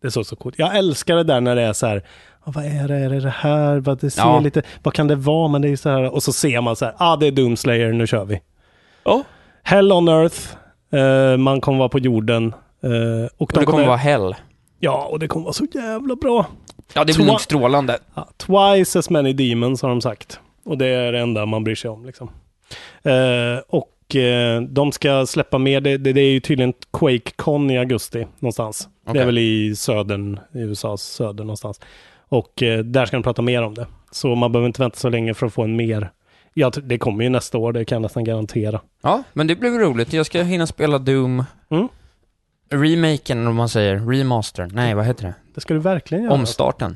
[SPEAKER 6] Det såg så coolt. Jag älskar det där när det är så här, "Ah, vad är det, är det det här, vad, det ser
[SPEAKER 7] Ja.
[SPEAKER 6] lite, vad kan det vara, men det är ju så här, och så ser man så här, ah det är Doomslayer, nu kör vi.
[SPEAKER 7] Ja.
[SPEAKER 6] Hell on Earth, eh, man kommer vara på jorden. Eh, och
[SPEAKER 7] Och
[SPEAKER 6] de
[SPEAKER 7] det kommer vara hell.
[SPEAKER 6] Ja, och det kommer vara så jävla bra.
[SPEAKER 7] Ja, det
[SPEAKER 6] Tror-
[SPEAKER 7] blir nog strålande.
[SPEAKER 6] Ja, twice as many demons har de sagt. Och det är det enda man bryr sig om. Liksom. Eh, och eh, de ska släppa mer, det, det, det är ju tydligen Quake-con i augusti någonstans. Det är
[SPEAKER 7] Okej.
[SPEAKER 6] väl i södern, i USAs söder någonstans. Och eh, där ska de prata mer om det. Så man behöver inte vänta så länge för att få en mer. Ja, t- det kommer ju nästa år, det kan jag nästan garantera.
[SPEAKER 7] Ja, men det blir roligt. Jag ska hinna spela Doom.
[SPEAKER 6] Mm.
[SPEAKER 7] Remaken, om man säger. Remastern. Nej, vad heter det?
[SPEAKER 6] Det ska du verkligen göra.
[SPEAKER 7] Omstarten.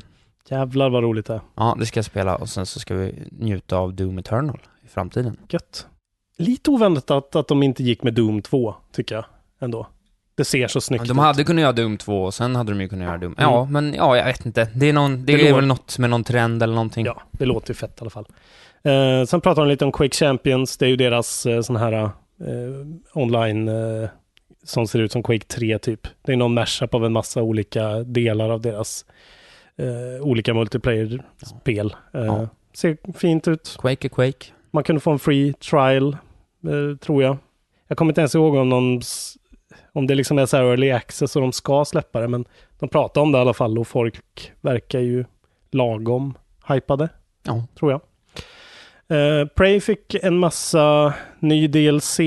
[SPEAKER 6] Jävlar vad roligt det är.
[SPEAKER 7] Ja, det ska jag spela och sen så ska vi njuta av Doom Eternal i framtiden.
[SPEAKER 6] Gött. Lite oväntat att de inte gick med Doom 2, tycker jag. Ändå. Det ser så snyggt
[SPEAKER 7] De
[SPEAKER 6] ut.
[SPEAKER 7] hade kunnat göra Doom 2 och sen hade de ju kunnat göra Doom... Ja, men ja, jag vet inte. Det är, någon, det
[SPEAKER 6] Mm. Det
[SPEAKER 7] är
[SPEAKER 6] låter-
[SPEAKER 7] väl något med någon trend eller någonting.
[SPEAKER 6] Ja, det låter ju fett i alla fall. Eh, sen pratar de lite om Quake Champions. Det är ju deras eh, sån här eh, online eh, som ser ut som Quake 3 typ. Det är någon mashup av en massa olika delar av deras eh, olika multiplayer-spel. Eh,
[SPEAKER 7] Ja.
[SPEAKER 6] Ser fint ut.
[SPEAKER 7] Quake är Quake.
[SPEAKER 6] Man kunde få en free trial, eh, tror jag. Jag kommer inte ens ihåg om någon, s- Om det liksom är så här early access och de ska släppa det, men de pratar om det i alla fall och folk verkar ju lagom hypade.
[SPEAKER 7] Ja.
[SPEAKER 6] Tror jag. Eh, Prey fick en massa ny DLC.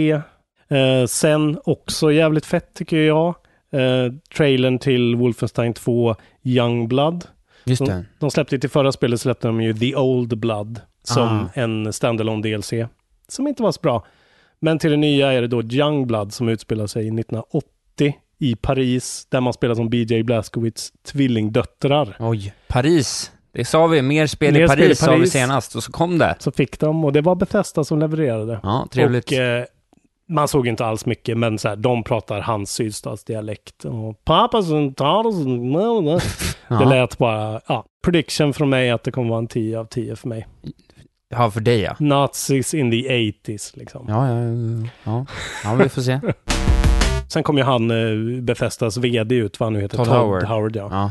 [SPEAKER 6] Eh, sen också jävligt fett tycker jag. Eh, trailern till Wolfenstein 2 Youngblood.
[SPEAKER 7] Just
[SPEAKER 6] de,
[SPEAKER 7] det.
[SPEAKER 6] de släppte ju till förra spelet släppte de ju The Old Blood som
[SPEAKER 7] Ah.
[SPEAKER 6] en standalone DLC. Som inte var så bra. Men till det nya är det då Youngblood som utspelar sig 1980 i Paris där man spelar som BJ Blazkowicz tvillingdöttrar.
[SPEAKER 7] Oj, Paris. Det sa vi, mer spel i
[SPEAKER 6] Mer spel i
[SPEAKER 7] Paris sa vi
[SPEAKER 6] Paris.
[SPEAKER 7] senast och så kom det.
[SPEAKER 6] Så fick de och det var Bethesda som levererade.
[SPEAKER 7] Ja, trevligt.
[SPEAKER 6] Och, eh, man såg inte alls mycket, men så här, de pratar hans sydstatsdialekt. Och Pappa som tar oss... no, no.
[SPEAKER 7] Ja.
[SPEAKER 6] Det lät bara... Ja, prediction från mig att det kommer vara en 10 av 10 för mig.
[SPEAKER 7] Ja, för dig ja.
[SPEAKER 6] Nazis in the 80s, liksom.
[SPEAKER 7] Ja, ja, ja, ja. ja vi får se.
[SPEAKER 6] Sen kom ju han, eh, Bethesdas vd ut, vad han nu heter,
[SPEAKER 7] Todd
[SPEAKER 6] Todd,
[SPEAKER 7] Howard.
[SPEAKER 6] Howard, ja.
[SPEAKER 7] Ja.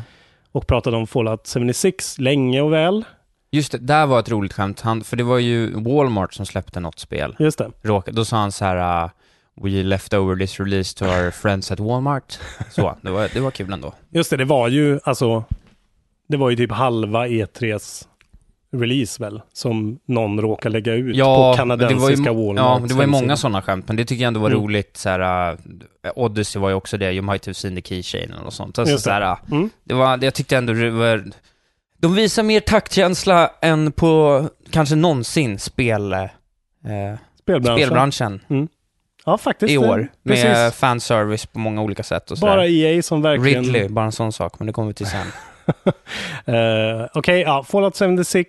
[SPEAKER 6] och pratade om Fallout 76 länge och väl.
[SPEAKER 7] Just det, där var ett roligt skämt. Han, för det var ju Walmart som släppte något spel.
[SPEAKER 6] Just det.
[SPEAKER 7] Råka, då sa han så här, uh, We left over this release to our friends at Walmart. Så, det var, det var kul ändå.
[SPEAKER 6] Just det, det var ju alltså, det var ju typ halva E3s release väl, som någon råkade lägga ut på
[SPEAKER 7] men
[SPEAKER 6] kanadensiska
[SPEAKER 7] det var ju,
[SPEAKER 6] Walmart.
[SPEAKER 7] Ja, det var
[SPEAKER 6] hemsida.
[SPEAKER 7] ju många sådana skämt, men det tycker jag ändå var
[SPEAKER 6] Mm.
[SPEAKER 7] roligt. Så här, uh, Odyssey var ju också det, You might have seen the keychain och sånt. Alltså,
[SPEAKER 6] Just
[SPEAKER 7] så
[SPEAKER 6] det.
[SPEAKER 7] här, uh,
[SPEAKER 6] Mm.
[SPEAKER 7] det var, jag tyckte ändå det var... De visar mer taktkänsla än på kanske någonsin spel, eh,
[SPEAKER 6] Spelbranschen.
[SPEAKER 7] spelbranschen
[SPEAKER 6] Ja, faktiskt.
[SPEAKER 7] i år.
[SPEAKER 6] det-
[SPEAKER 7] Med
[SPEAKER 6] Precis.
[SPEAKER 7] fanservice på många olika sätt och så
[SPEAKER 6] Bara
[SPEAKER 7] där.
[SPEAKER 6] EA som verkligen...
[SPEAKER 7] Ridley, bara en sån sak, men det kommer vi till sen.
[SPEAKER 6] Eh, Okej, ja, Fallout 76.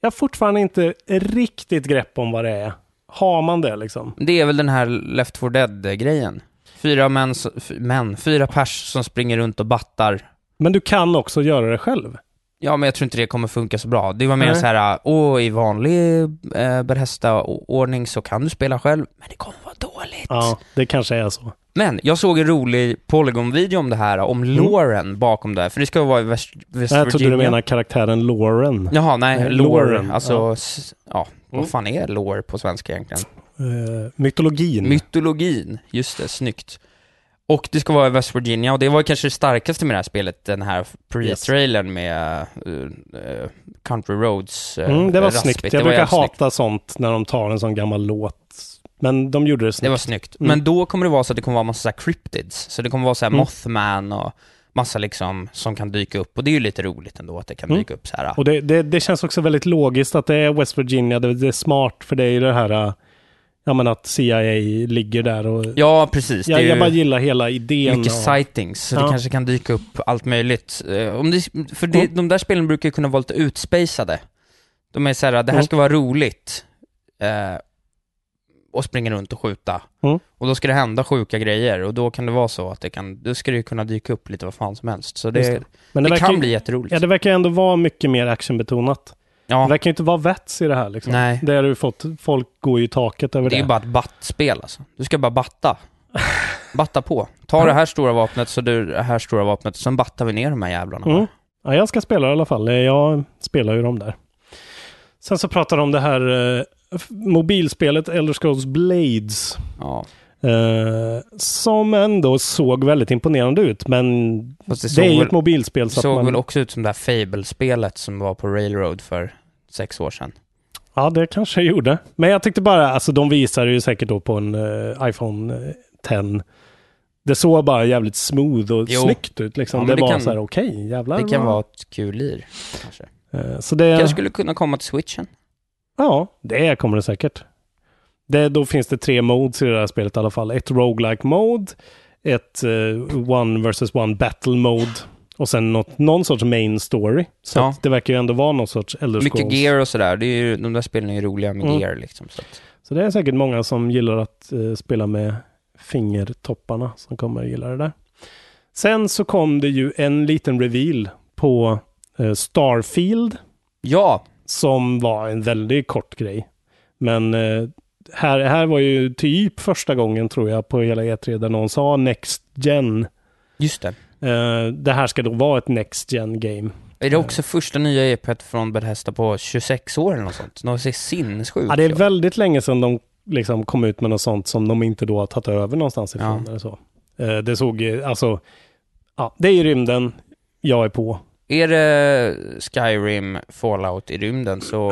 [SPEAKER 6] Jag har fortfarande inte riktigt grepp om vad det är. Har man det liksom?
[SPEAKER 7] Det är väl den här Left 4 Dead-grejen. Fyra män, s- f- män, fyra pers som springer runt och battar.
[SPEAKER 6] Men du kan också göra det själv.
[SPEAKER 7] Ja, men jag tror inte det kommer funka så bra. Det var mer
[SPEAKER 6] Nej.
[SPEAKER 7] så här, åh, i vanlig eh, Bethesda-ordning så kan du spela själv, men det kommer vara dåligt.
[SPEAKER 6] Ja, det kanske är så.
[SPEAKER 7] Men jag såg en rolig Polygon-video om det här, om Lauren bakom det här, för det ska vara i West, West
[SPEAKER 6] Mm. Jag trodde du
[SPEAKER 7] Virginia.
[SPEAKER 6] menade karaktären Lauren.
[SPEAKER 7] Jaha, nej,
[SPEAKER 6] Nej,
[SPEAKER 7] lore.
[SPEAKER 6] Lauren,
[SPEAKER 7] Alltså,
[SPEAKER 6] ja.
[SPEAKER 7] s- ja, vad
[SPEAKER 6] Mm.
[SPEAKER 7] fan är lore på svenska egentligen?
[SPEAKER 6] Eh, mytologin.
[SPEAKER 7] Mytologin, just det, snyggt. Och det ska vara i West Virginia, och det var kanske det starkaste med det här spelet, den här pre-trailern med eh, eh, Country Roads eh,
[SPEAKER 6] Mm, det var
[SPEAKER 7] raspigt.
[SPEAKER 6] snyggt. Jag
[SPEAKER 7] var
[SPEAKER 6] brukar
[SPEAKER 7] jävligt snyggt.
[SPEAKER 6] hata sånt när de tar en sån gammal låt. Men de gjorde det snyggt.
[SPEAKER 7] Det var snyggt.
[SPEAKER 6] Mm.
[SPEAKER 7] Men då kommer det vara så att det kommer vara massa så här cryptids, så det kommer vara så här
[SPEAKER 6] Mm.
[SPEAKER 7] Mothman och massa liksom som kan dyka upp, och det är ju lite roligt ändå att det kan
[SPEAKER 6] Mm.
[SPEAKER 7] dyka upp så här.
[SPEAKER 6] Och det, det, det känns också väldigt logiskt att det är West Virginia. Det, det är smart för det är ju det här, äh, ja men att CIA ligger där och...
[SPEAKER 7] Ja, precis.
[SPEAKER 6] jag,
[SPEAKER 7] det är
[SPEAKER 6] jag
[SPEAKER 7] ju-
[SPEAKER 6] bara gillar hela idén.
[SPEAKER 7] Mycket
[SPEAKER 6] och-
[SPEAKER 7] sightings, så det
[SPEAKER 6] Ja.
[SPEAKER 7] kanske kan dyka upp allt möjligt. Eh, Om det, för det,
[SPEAKER 6] Mm.
[SPEAKER 7] de där spelen brukar ju kunna vara lite utspejsade. De är så här, det här
[SPEAKER 6] Mm.
[SPEAKER 7] ska vara roligt. Eh, och springa runt och skjuta.
[SPEAKER 6] Mm.
[SPEAKER 7] Och då ska det hända sjuka grejer och då kan det vara så att det kan, då ska det ju kunna dyka upp lite vad fan som helst. Så det,
[SPEAKER 6] Just
[SPEAKER 7] det.
[SPEAKER 6] Men det, verkar,
[SPEAKER 7] kan
[SPEAKER 6] ju-
[SPEAKER 7] bli jätteroligt.
[SPEAKER 6] Ja, det verkar ändå vara mycket mer actionbetonat. Det
[SPEAKER 7] Ja,
[SPEAKER 6] verkar ju inte vara vets i det här liksom.
[SPEAKER 7] Nej.
[SPEAKER 6] Det har du fått, folk går ju i taket över
[SPEAKER 7] det är
[SPEAKER 6] det.
[SPEAKER 7] ju bara ett battspel alltså. Du ska bara batta. Batta på. Ta det
[SPEAKER 6] Mm.
[SPEAKER 7] här stora vapnet, så du det här stora vapnet, sen battar vi ner de här jävlarna.
[SPEAKER 6] Mm. Ja, jag ska spela i alla fall. Eh, Jag spelar ju dem där. Sen så pratar de om det här eh, f- mobilspelet Elder Scrolls Blades.
[SPEAKER 7] Ja,
[SPEAKER 6] Eh, som ändå såg väldigt imponerande ut, men
[SPEAKER 7] fast
[SPEAKER 6] det,
[SPEAKER 7] såg
[SPEAKER 6] är ju
[SPEAKER 7] väl-
[SPEAKER 6] ett mobilspel.
[SPEAKER 7] Det
[SPEAKER 6] Så att
[SPEAKER 7] såg
[SPEAKER 6] man,
[SPEAKER 7] väl också ut som det här Fable-spelet som var på Railroad för sex år sedan.
[SPEAKER 6] Ja, det kanske jag gjorde. Men jag tyckte bara, alltså de visade ju säkert då på en eh, iPhone eh, 10. Det såg bara jävligt smooth och
[SPEAKER 7] Jo.
[SPEAKER 6] snyggt ut. Liksom.
[SPEAKER 7] Ja, men
[SPEAKER 6] det,
[SPEAKER 7] det
[SPEAKER 6] var
[SPEAKER 7] kan-
[SPEAKER 6] så här, okej, jävlar.
[SPEAKER 7] Det kan
[SPEAKER 6] vad-
[SPEAKER 7] vara ett kul lir, kanske.
[SPEAKER 6] Eh, Så det,
[SPEAKER 7] Kanske skulle kunna komma till switchen.
[SPEAKER 6] Ja, det kommer det säkert. Det, då finns det tre modes i det här spelet i alla fall. Ett roguelike mode, ett eh, one versus one battle mode och sen något, någon sorts main story. Så
[SPEAKER 7] Ja.
[SPEAKER 6] att det verkar ju ändå vara någon sorts Elder
[SPEAKER 7] Mycket
[SPEAKER 6] Scrolls.
[SPEAKER 7] gear och sådär. Det är ju, de där spelen är ju roliga med
[SPEAKER 6] Mm.
[SPEAKER 7] gear liksom. Så att,
[SPEAKER 6] Så det är säkert många som gillar att eh, spela med fingertopparna som kommer att gilla det där. Sen så kom det ju en liten reveal på eh, Starfield
[SPEAKER 7] ja,
[SPEAKER 6] som var en väldigt kort grej. Men eh, här, här var ju typ första gången tror jag på hela E3 där någon sa Next Gen.
[SPEAKER 7] just det.
[SPEAKER 6] Eh, det här ska då vara ett Next Gen game.
[SPEAKER 7] Är det också första nya EPet från Bethesda på 26 år eller något sånt? Något så sinnessjukt.
[SPEAKER 6] Ja, det är
[SPEAKER 7] ja.
[SPEAKER 6] väldigt länge sedan de liksom kom ut med något sånt som de inte då har tagit över någonstans ifrån.
[SPEAKER 7] Ja.
[SPEAKER 6] Eller så. Eh, Det såg, ju- alltså, ja, det är i rymden, jag är på.
[SPEAKER 7] Är det Skyrim, Fallout i rymden så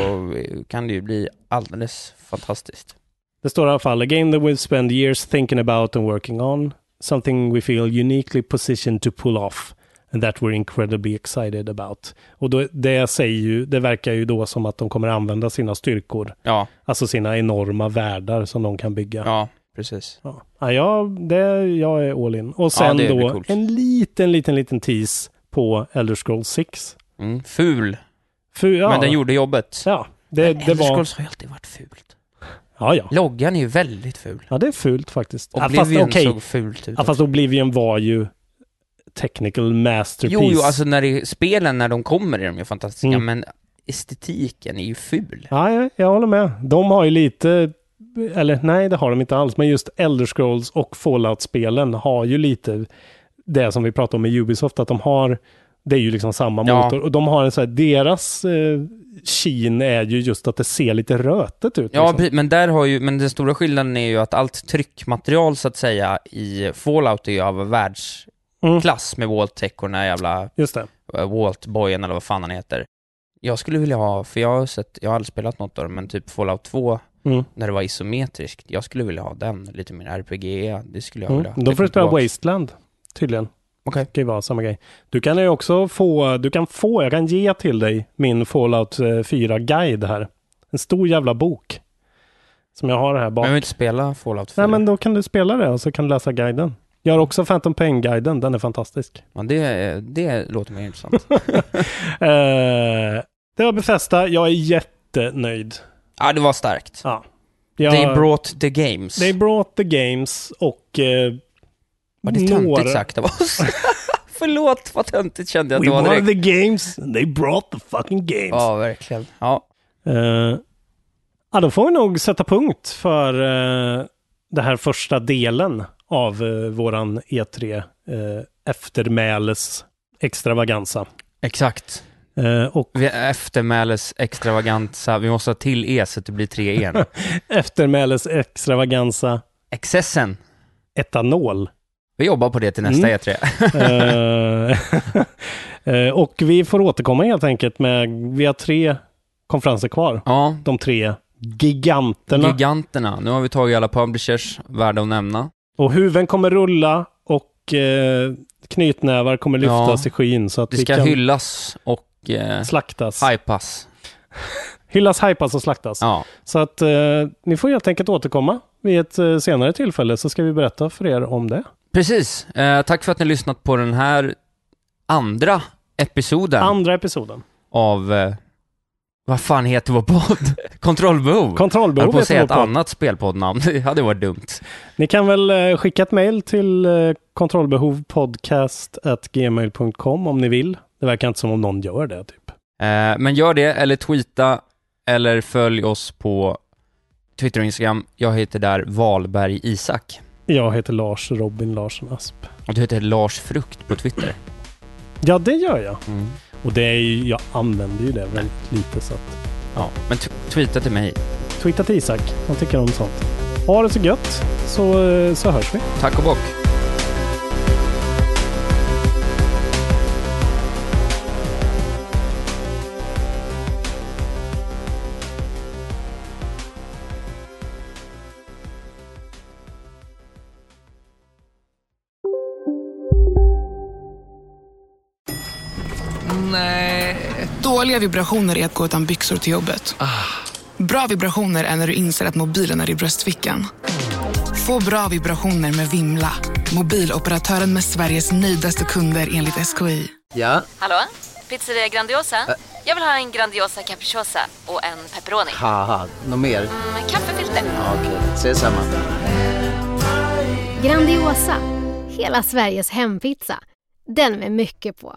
[SPEAKER 7] kan det ju bli alldeles fantastiskt.
[SPEAKER 6] Det står i alla fall, a game that we've spent years thinking about and working on, something we feel uniquely positioned to pull off, and that we're incredibly excited about. Och då, det säger ju, det verkar ju då som att de kommer använda sina styrkor.
[SPEAKER 7] Ja.
[SPEAKER 6] Alltså sina enorma världar som de kan bygga.
[SPEAKER 7] Ja, precis.
[SPEAKER 6] Ja, ja, jag- det, jag är all in. Och sen
[SPEAKER 7] det blir
[SPEAKER 6] då
[SPEAKER 7] coolt.
[SPEAKER 6] en liten, liten, liten tease på Elder Scrolls 6.
[SPEAKER 7] Mm. Ful.
[SPEAKER 6] Ful, ja.
[SPEAKER 7] Men den gjorde jobbet.
[SPEAKER 6] Ja, det, det
[SPEAKER 7] Elder
[SPEAKER 6] var...
[SPEAKER 7] Scrolls har ju alltid varit fult.
[SPEAKER 6] Ja, ja.
[SPEAKER 7] Loggan är ju väldigt ful.
[SPEAKER 6] Ja, det är fult faktiskt. Ja,
[SPEAKER 7] Oblivion
[SPEAKER 6] okej.
[SPEAKER 7] såg fult ut
[SPEAKER 6] Ja, fast
[SPEAKER 7] också.
[SPEAKER 6] Oblivion var ju technical masterpiece.
[SPEAKER 7] Jo, jo, alltså när det, spelen när de kommer är de ju fantastiska,
[SPEAKER 6] Mm.
[SPEAKER 7] men estetiken är ju ful.
[SPEAKER 6] Ja, jag, jag håller med. De har ju lite, eller nej, det har de inte alls, men just Elder Scrolls och Fallout-spelen har ju lite det som vi pratade om med Ubisoft, att de har, det är ju liksom samma
[SPEAKER 7] Ja.
[SPEAKER 6] motor, och de har en så här, deras eh, kin är ju just att det ser lite rötet ut.
[SPEAKER 7] Ja,
[SPEAKER 6] liksom.
[SPEAKER 7] pre- men där har ju, men den stora skillnaden är ju att allt tryckmaterial så att säga i Fallout är ju av världsklass med Waltech och den här jävla
[SPEAKER 6] Mm, Just det.
[SPEAKER 7] eh, Walt-boyen eller vad fan han heter. Jag skulle vilja ha, för jag har sett, jag har aldrig spelat något av dem, men typ Fallout 2,
[SPEAKER 6] Mm.
[SPEAKER 7] när det var isometriskt, jag skulle vilja ha den, lite mer RPG, det skulle jag
[SPEAKER 6] Mm.
[SPEAKER 7] vilja ha.
[SPEAKER 6] De får
[SPEAKER 7] kommer
[SPEAKER 6] du spela
[SPEAKER 7] tillbaks.
[SPEAKER 6] Wasteland, tydligen. Okej. Det kan ju vara samma grej. Du kan ju också få, du kan få, jag kan ge till dig min Fallout 4-guide här. En stor jävla bok. Som jag har här bak.
[SPEAKER 7] Men jag vill inte spela Fallout 4.
[SPEAKER 6] Nej, men då kan du spela det och så kan du läsa guiden. Jag har också Phantom Pain-guiden, den är fantastisk.
[SPEAKER 7] Ja, det, det låter mer intressant.
[SPEAKER 6] Eh, det var Befästa, jag är jättenöjd.
[SPEAKER 7] ja, det var starkt.
[SPEAKER 6] Ja. Jag,
[SPEAKER 7] They brought the games.
[SPEAKER 6] They brought the games och... Eh,
[SPEAKER 7] Var det töntigt sagt av oss? Förlåt, vad töntigt kände jag att det var
[SPEAKER 6] We
[SPEAKER 7] direkt.
[SPEAKER 6] won the games, and they brought the fucking games.
[SPEAKER 7] Ja, verkligen. Ja.
[SPEAKER 6] Eh, ja, då får vi nog sätta punkt för eh, den här första delen av eh, våran E3 eh, eftermäles extravaganza. Eh,
[SPEAKER 7] Exakt.
[SPEAKER 6] och
[SPEAKER 7] Vi eftermäles extravaganza. Vi måste ha till E så att det blir tre E. nu.
[SPEAKER 6] eftermäles extravaganza.
[SPEAKER 7] Excessen.
[SPEAKER 6] Etanol.
[SPEAKER 7] Vi jobbar på det till nästa E
[SPEAKER 6] Mm.
[SPEAKER 7] E3.
[SPEAKER 6] Eh, eh, och vi får återkomma helt enkelt med, vi har tre konferenser kvar.
[SPEAKER 7] Ja.
[SPEAKER 6] De tre giganterna.
[SPEAKER 7] Giganterna. Nu har vi tagit alla publishers, värda att nämna.
[SPEAKER 6] Och huvuden kommer rulla och eh, knytnävar kommer lyftas
[SPEAKER 7] Ja.
[SPEAKER 6] i skyn så att
[SPEAKER 7] Det
[SPEAKER 6] vi
[SPEAKER 7] ska
[SPEAKER 6] kan
[SPEAKER 7] hyllas och eh,
[SPEAKER 6] slaktas.
[SPEAKER 7] hypas.
[SPEAKER 6] Hyllas, hypas och slaktas.
[SPEAKER 7] Ja.
[SPEAKER 6] Så att eh, ni får helt enkelt återkomma vid ett eh, senare tillfälle så ska vi berätta för er om det.
[SPEAKER 7] Precis. Eh, tack för att ni har lyssnat på den här andra episoden
[SPEAKER 6] Andra episoden.
[SPEAKER 7] av... Eh, vad fan heter vår podd? Kontrollbehov. Jag
[SPEAKER 6] Kontrollbehov
[SPEAKER 7] höll på att
[SPEAKER 6] heter
[SPEAKER 7] säga
[SPEAKER 6] vår
[SPEAKER 7] ett
[SPEAKER 6] podd.
[SPEAKER 7] annat spelpoddnamn. Det hade varit dumt.
[SPEAKER 6] Ni kan väl eh, skicka ett mejl till eh, kontrollbehovpodcast.gmail.com om ni vill. Det verkar inte som om någon gör det. Typ.
[SPEAKER 7] Eh, men gör det, eller tweeta, eller följ oss på Twitter och Instagram. Jag heter där Valberg Isak.
[SPEAKER 6] Jag heter Lars Robin Larsson Asp.
[SPEAKER 7] Och du heter Lars Frukt på Twitter.
[SPEAKER 6] Ja, det gör jag.
[SPEAKER 7] Mm.
[SPEAKER 6] Och det är ju, jag använder ju det väldigt lite så att
[SPEAKER 7] Ja, men t- tweeta till mig.
[SPEAKER 6] Twittra till Isak, han tycker om sånt. Ha det så gött, så, eh, så hörs vi.
[SPEAKER 7] Tack och bock.
[SPEAKER 4] Nej. Dåliga vibrationer är att gå utan byxor till jobbet. Bra vibrationer är när du inser att mobilen är i bröstfickan. Få bra vibrationer med Vimla. Mobiloperatören med Sveriges nöjdaste kunder enligt SKI.
[SPEAKER 9] Ja,
[SPEAKER 10] Hallå? Pizzeria Grandiosa? Jag vill ha en Grandiosa capriciosa och en pepperoni.
[SPEAKER 9] haha, något mer?
[SPEAKER 10] Med kaffefilter.
[SPEAKER 9] Ja, Okej, ses samma.
[SPEAKER 11] Grandiosa, hela Sveriges hempizza. Den med mycket på.